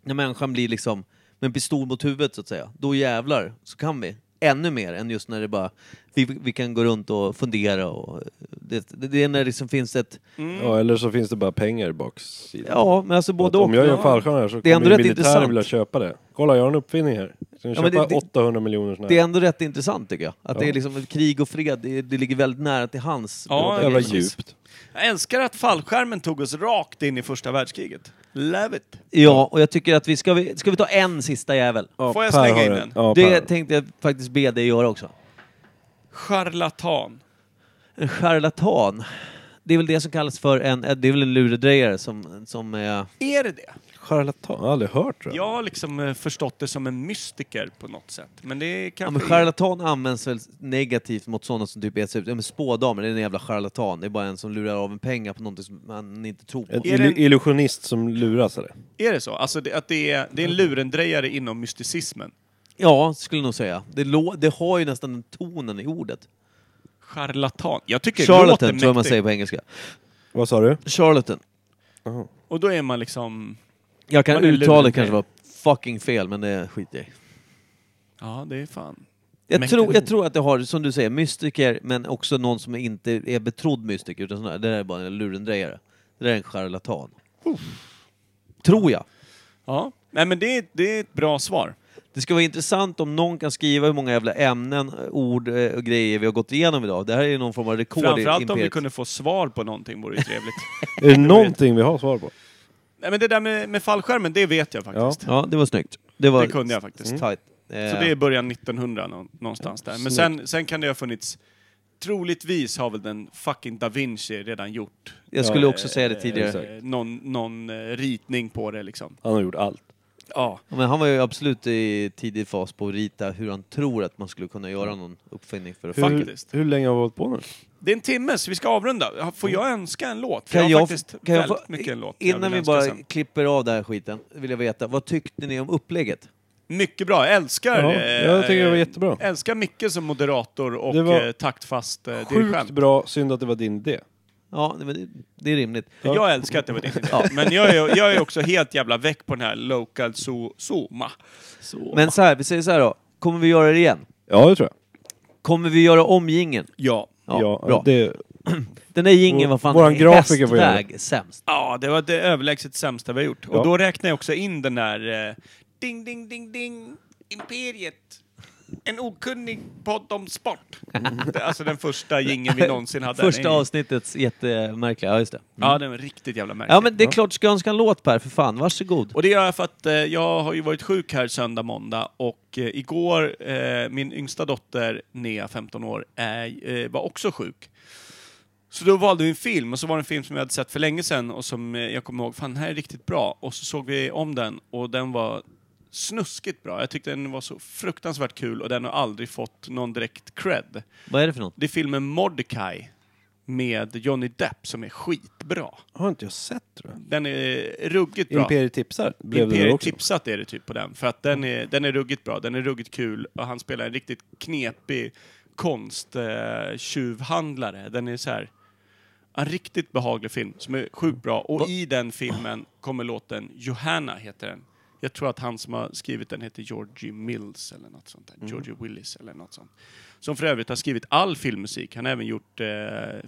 [SPEAKER 2] när människan blir liksom med en pistol mot huvudet så att säga, då jävlar så kan vi. Ännu mer än just när det bara, vi, vi kan gå runt och fundera och det, det, det är när det liksom finns ett,
[SPEAKER 9] Ja, eller så finns det bara pengar i baksidan.
[SPEAKER 2] ja men alltså
[SPEAKER 9] Så att
[SPEAKER 2] både och.
[SPEAKER 9] om jag gör fallskärm här så
[SPEAKER 2] Det är ändå
[SPEAKER 9] kommer ju
[SPEAKER 2] rätt
[SPEAKER 9] militären
[SPEAKER 2] intressant.
[SPEAKER 9] vilja köpa det. Kolla, jag har en uppfinning här. Ska ni
[SPEAKER 2] Ja, men
[SPEAKER 9] köpa
[SPEAKER 2] det- det-
[SPEAKER 9] 800 miljoner såna här?
[SPEAKER 2] Det är ändå rätt intressant tycker jag. Att det
[SPEAKER 9] Ja.
[SPEAKER 2] är liksom ett krig och fred, det, det ligger väldigt nära till liksom- hans.
[SPEAKER 4] Ja,
[SPEAKER 2] båda
[SPEAKER 9] Jävla
[SPEAKER 2] grejerna.
[SPEAKER 9] djupt.
[SPEAKER 4] Jag älskar att fallskärmen tog oss rakt in i första världskriget. Love it!
[SPEAKER 2] ja, och jag tycker att vi ska, vi, ska vi ta en sista jävel?
[SPEAKER 9] Ja,
[SPEAKER 4] Får jag
[SPEAKER 9] Per
[SPEAKER 4] slänga
[SPEAKER 9] har
[SPEAKER 4] in
[SPEAKER 9] en.
[SPEAKER 4] en?
[SPEAKER 9] Ja,
[SPEAKER 2] det
[SPEAKER 9] Per.
[SPEAKER 2] tänkte jag faktiskt be dig göra också.
[SPEAKER 4] Charlatan.
[SPEAKER 2] En charlatan. Det är väl det som kallas för en, det är väl en lurendrejare som, som är...
[SPEAKER 4] Är det det?
[SPEAKER 9] Charlatan? Jag har aldrig hört tror jag.
[SPEAKER 4] Jag har liksom eh, förstått det som en mystiker på något sätt. Men det är
[SPEAKER 2] Ja,
[SPEAKER 4] kanske...
[SPEAKER 2] men charlatan används väl negativt mot sådana som typ är ut. Ja, men spådamer, det är en jävla charlatan. Det är bara en som lurar av en pengar på någonting som man inte tror på.
[SPEAKER 9] En
[SPEAKER 4] Är det
[SPEAKER 9] illu-
[SPEAKER 4] en-
[SPEAKER 9] illusionist som luras eller?
[SPEAKER 4] Är det så? Alltså det, att det är, det är en lurendrejare inom mysticismen?
[SPEAKER 2] Ja, skulle jag nog säga. Det, lå- det har ju nästan den tonen i ordet.
[SPEAKER 4] Charlatan. Jag tycker det
[SPEAKER 2] Charlatan
[SPEAKER 4] låter
[SPEAKER 2] tror jag man
[SPEAKER 4] mäktigt.
[SPEAKER 2] säger på engelska.
[SPEAKER 9] Vad sa du?
[SPEAKER 2] Charlatan.
[SPEAKER 4] Och då är man liksom...
[SPEAKER 2] Jag kan
[SPEAKER 4] Man är en
[SPEAKER 2] uttala
[SPEAKER 4] lurendrejare.
[SPEAKER 2] kanske var fucking fel, men det skiter jag i.
[SPEAKER 4] Ja, det är fan...
[SPEAKER 2] Jag
[SPEAKER 4] Mäktigt.
[SPEAKER 2] tror, jag tror att det har, som du säger, mystiker, men också någon som inte är betrodd mystiker. Utan sån här. Det där är bara en lurendrejare. Det där är en charlatan. Tror jag.
[SPEAKER 4] Ja. Nej, men det, är- det är ett bra svar.
[SPEAKER 2] Det ska vara intressant om någon kan skriva hur många jävla ämnen, ord eh, och grejer vi har gått igenom idag. Det här är ju någon form av rekord i
[SPEAKER 4] Framförallt om vi
[SPEAKER 2] Imperiet.
[SPEAKER 4] kunde få svar på någonting vore ju trevligt.
[SPEAKER 9] Är det någonting vi har svar på?
[SPEAKER 4] Nej, men det där med, med fallskärmen, det vet jag faktiskt.
[SPEAKER 2] Ja, det var snyggt. Det, var Mm.
[SPEAKER 4] Det kunde jag faktiskt.
[SPEAKER 2] Tight. Eh,
[SPEAKER 4] Så det är början 1900 nå- någonstans där. Men sen, sen kan det ha funnits... Troligtvis har väl den fucking da Vinci redan gjort
[SPEAKER 2] jag skulle också säga det tidigare.
[SPEAKER 4] eh, någon, någon eh, ritning på det liksom.
[SPEAKER 9] Han har gjort allt.
[SPEAKER 4] Ja.
[SPEAKER 2] Ja, Men han var ju absolut i tidig fas på att rita hur han tror att man skulle kunna göra någon uppfinning för
[SPEAKER 4] Hur-
[SPEAKER 2] facket.
[SPEAKER 4] Faktiskt.
[SPEAKER 9] Hur länge har vi hållit på nu?
[SPEAKER 4] Det är en timme, så vi ska avrunda. Får jag önska en låt? För
[SPEAKER 2] Mm. Kan
[SPEAKER 4] jag, har
[SPEAKER 2] jag-
[SPEAKER 4] faktiskt
[SPEAKER 2] kan jag få-
[SPEAKER 4] väldigt mycket en låt jag
[SPEAKER 2] Innan
[SPEAKER 4] vill
[SPEAKER 2] vi
[SPEAKER 4] önska
[SPEAKER 2] bara
[SPEAKER 4] sen.
[SPEAKER 2] klipper av den här skiten vill jag veta, vad tyckte ni om upplägget?
[SPEAKER 4] Mycket bra, jag älskar...
[SPEAKER 9] Ja, jag
[SPEAKER 4] eh,
[SPEAKER 9] tycker det var jättebra.
[SPEAKER 4] Älskar Micke som moderator och
[SPEAKER 9] Det var
[SPEAKER 4] eh, taktfast eh,
[SPEAKER 9] Sjukt
[SPEAKER 4] dirigent.
[SPEAKER 9] bra, synd att det var din idé.
[SPEAKER 2] Ja, det- men det, det är rimligt.
[SPEAKER 4] Jag älskar att det var din idé. Men jag är, jag är också helt jävla väck på den här Local so, Soma.
[SPEAKER 2] Men så här, vi säger så här då, kommer vi göra det igen?
[SPEAKER 9] Ja, det tror jag.
[SPEAKER 2] Kommer vi göra om jingeln?
[SPEAKER 4] Ja.
[SPEAKER 2] Ja,
[SPEAKER 9] Ja,
[SPEAKER 2] bra.
[SPEAKER 9] Det,
[SPEAKER 2] Den där jingeln
[SPEAKER 9] Vår-
[SPEAKER 2] var fan
[SPEAKER 9] våran grafiker får göra
[SPEAKER 2] hästväg sämst.
[SPEAKER 4] Ja, det var det överlägset sämsta vi har gjort.
[SPEAKER 9] Ja.
[SPEAKER 4] Och då räknar jag också in den där eh, ding, ding, ding, ding, Imperiet. En okunnig podd om sport. alltså den första jingeln vi någonsin hade.
[SPEAKER 2] Första
[SPEAKER 4] Den är-
[SPEAKER 2] avsnittets jättemärkliga, ja just det.
[SPEAKER 4] Ja, den var riktigt jävla märklig.
[SPEAKER 2] Ja men det är klart, ska jag önska en låt Per, för fan, varsågod.
[SPEAKER 4] Och det gör jag för att eh, jag har ju varit sjuk här söndag, måndag och eh, igår, eh, min yngsta dotter Nea, 15 år, är, eh, var också sjuk. Så då valde vi en film och så var det en film som jag hade sett för länge sedan och som eh, jag kommer ihåg, fan den här är riktigt bra. Och så såg vi om den och den var snuskigt bra. Jag tyckte den var så fruktansvärt kul och den har aldrig fått någon direkt cred.
[SPEAKER 2] Vad är det för något?
[SPEAKER 4] Det är filmen Mordecai med Johnny Depp som är skitbra.
[SPEAKER 9] har inte jag sett tror jag.
[SPEAKER 4] Den är ruggigt bra.
[SPEAKER 9] Imperiet tipsar blev det då
[SPEAKER 4] Imperiet
[SPEAKER 9] också.
[SPEAKER 4] tipsat är det typ på den. För att den är, den är ruggigt bra, den är ruggigt kul och han spelar en riktigt knepig konsttjuvhandlare. Eh, tjuvhandlare. den är så här en riktigt behaglig film som är sjukt bra. Och i den filmen kommer låten Johanna heter den. Jag tror att han som har skrivit den heter Georgie Mills eller något sånt där.
[SPEAKER 9] Mm.
[SPEAKER 4] Georgie Willis eller något sånt. Som för övrigt har skrivit all filmmusik. Han har även gjort eh,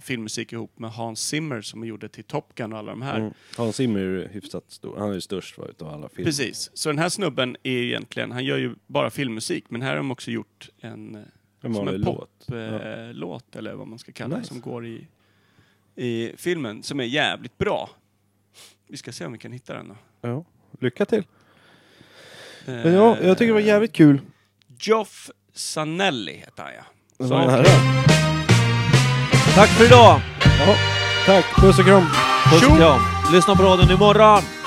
[SPEAKER 4] filmmusik ihop med Hans Zimmer som gjorde till Top Gun och alla de här.
[SPEAKER 9] Mm. Hans Zimmer är ju hyfsat stor. Han är ju störst va, utav alla filmer.
[SPEAKER 4] Precis. Så den här snubben är ju egentligen, han gör ju bara filmmusik, men här har de också gjort en, eh,
[SPEAKER 9] En
[SPEAKER 4] som
[SPEAKER 9] vanlig
[SPEAKER 4] en
[SPEAKER 9] låt.
[SPEAKER 4] poplåt, eh, låt, eller vad man ska kalla det,
[SPEAKER 9] Nice.
[SPEAKER 4] som går i, i filmen, som är jävligt bra. Vi ska se om vi kan hitta den då.
[SPEAKER 9] Ja. Lycka till.
[SPEAKER 4] Eh,
[SPEAKER 9] Men ja, jag tycker det var jävligt kul.
[SPEAKER 4] Joff Sanelli heter han ja.
[SPEAKER 9] Det
[SPEAKER 4] Eh, Så-
[SPEAKER 9] var den här.
[SPEAKER 2] Tack för idag!
[SPEAKER 9] Ja. Tack, puss och kram.
[SPEAKER 2] Puss och kram! Lyssna på radion imorgon!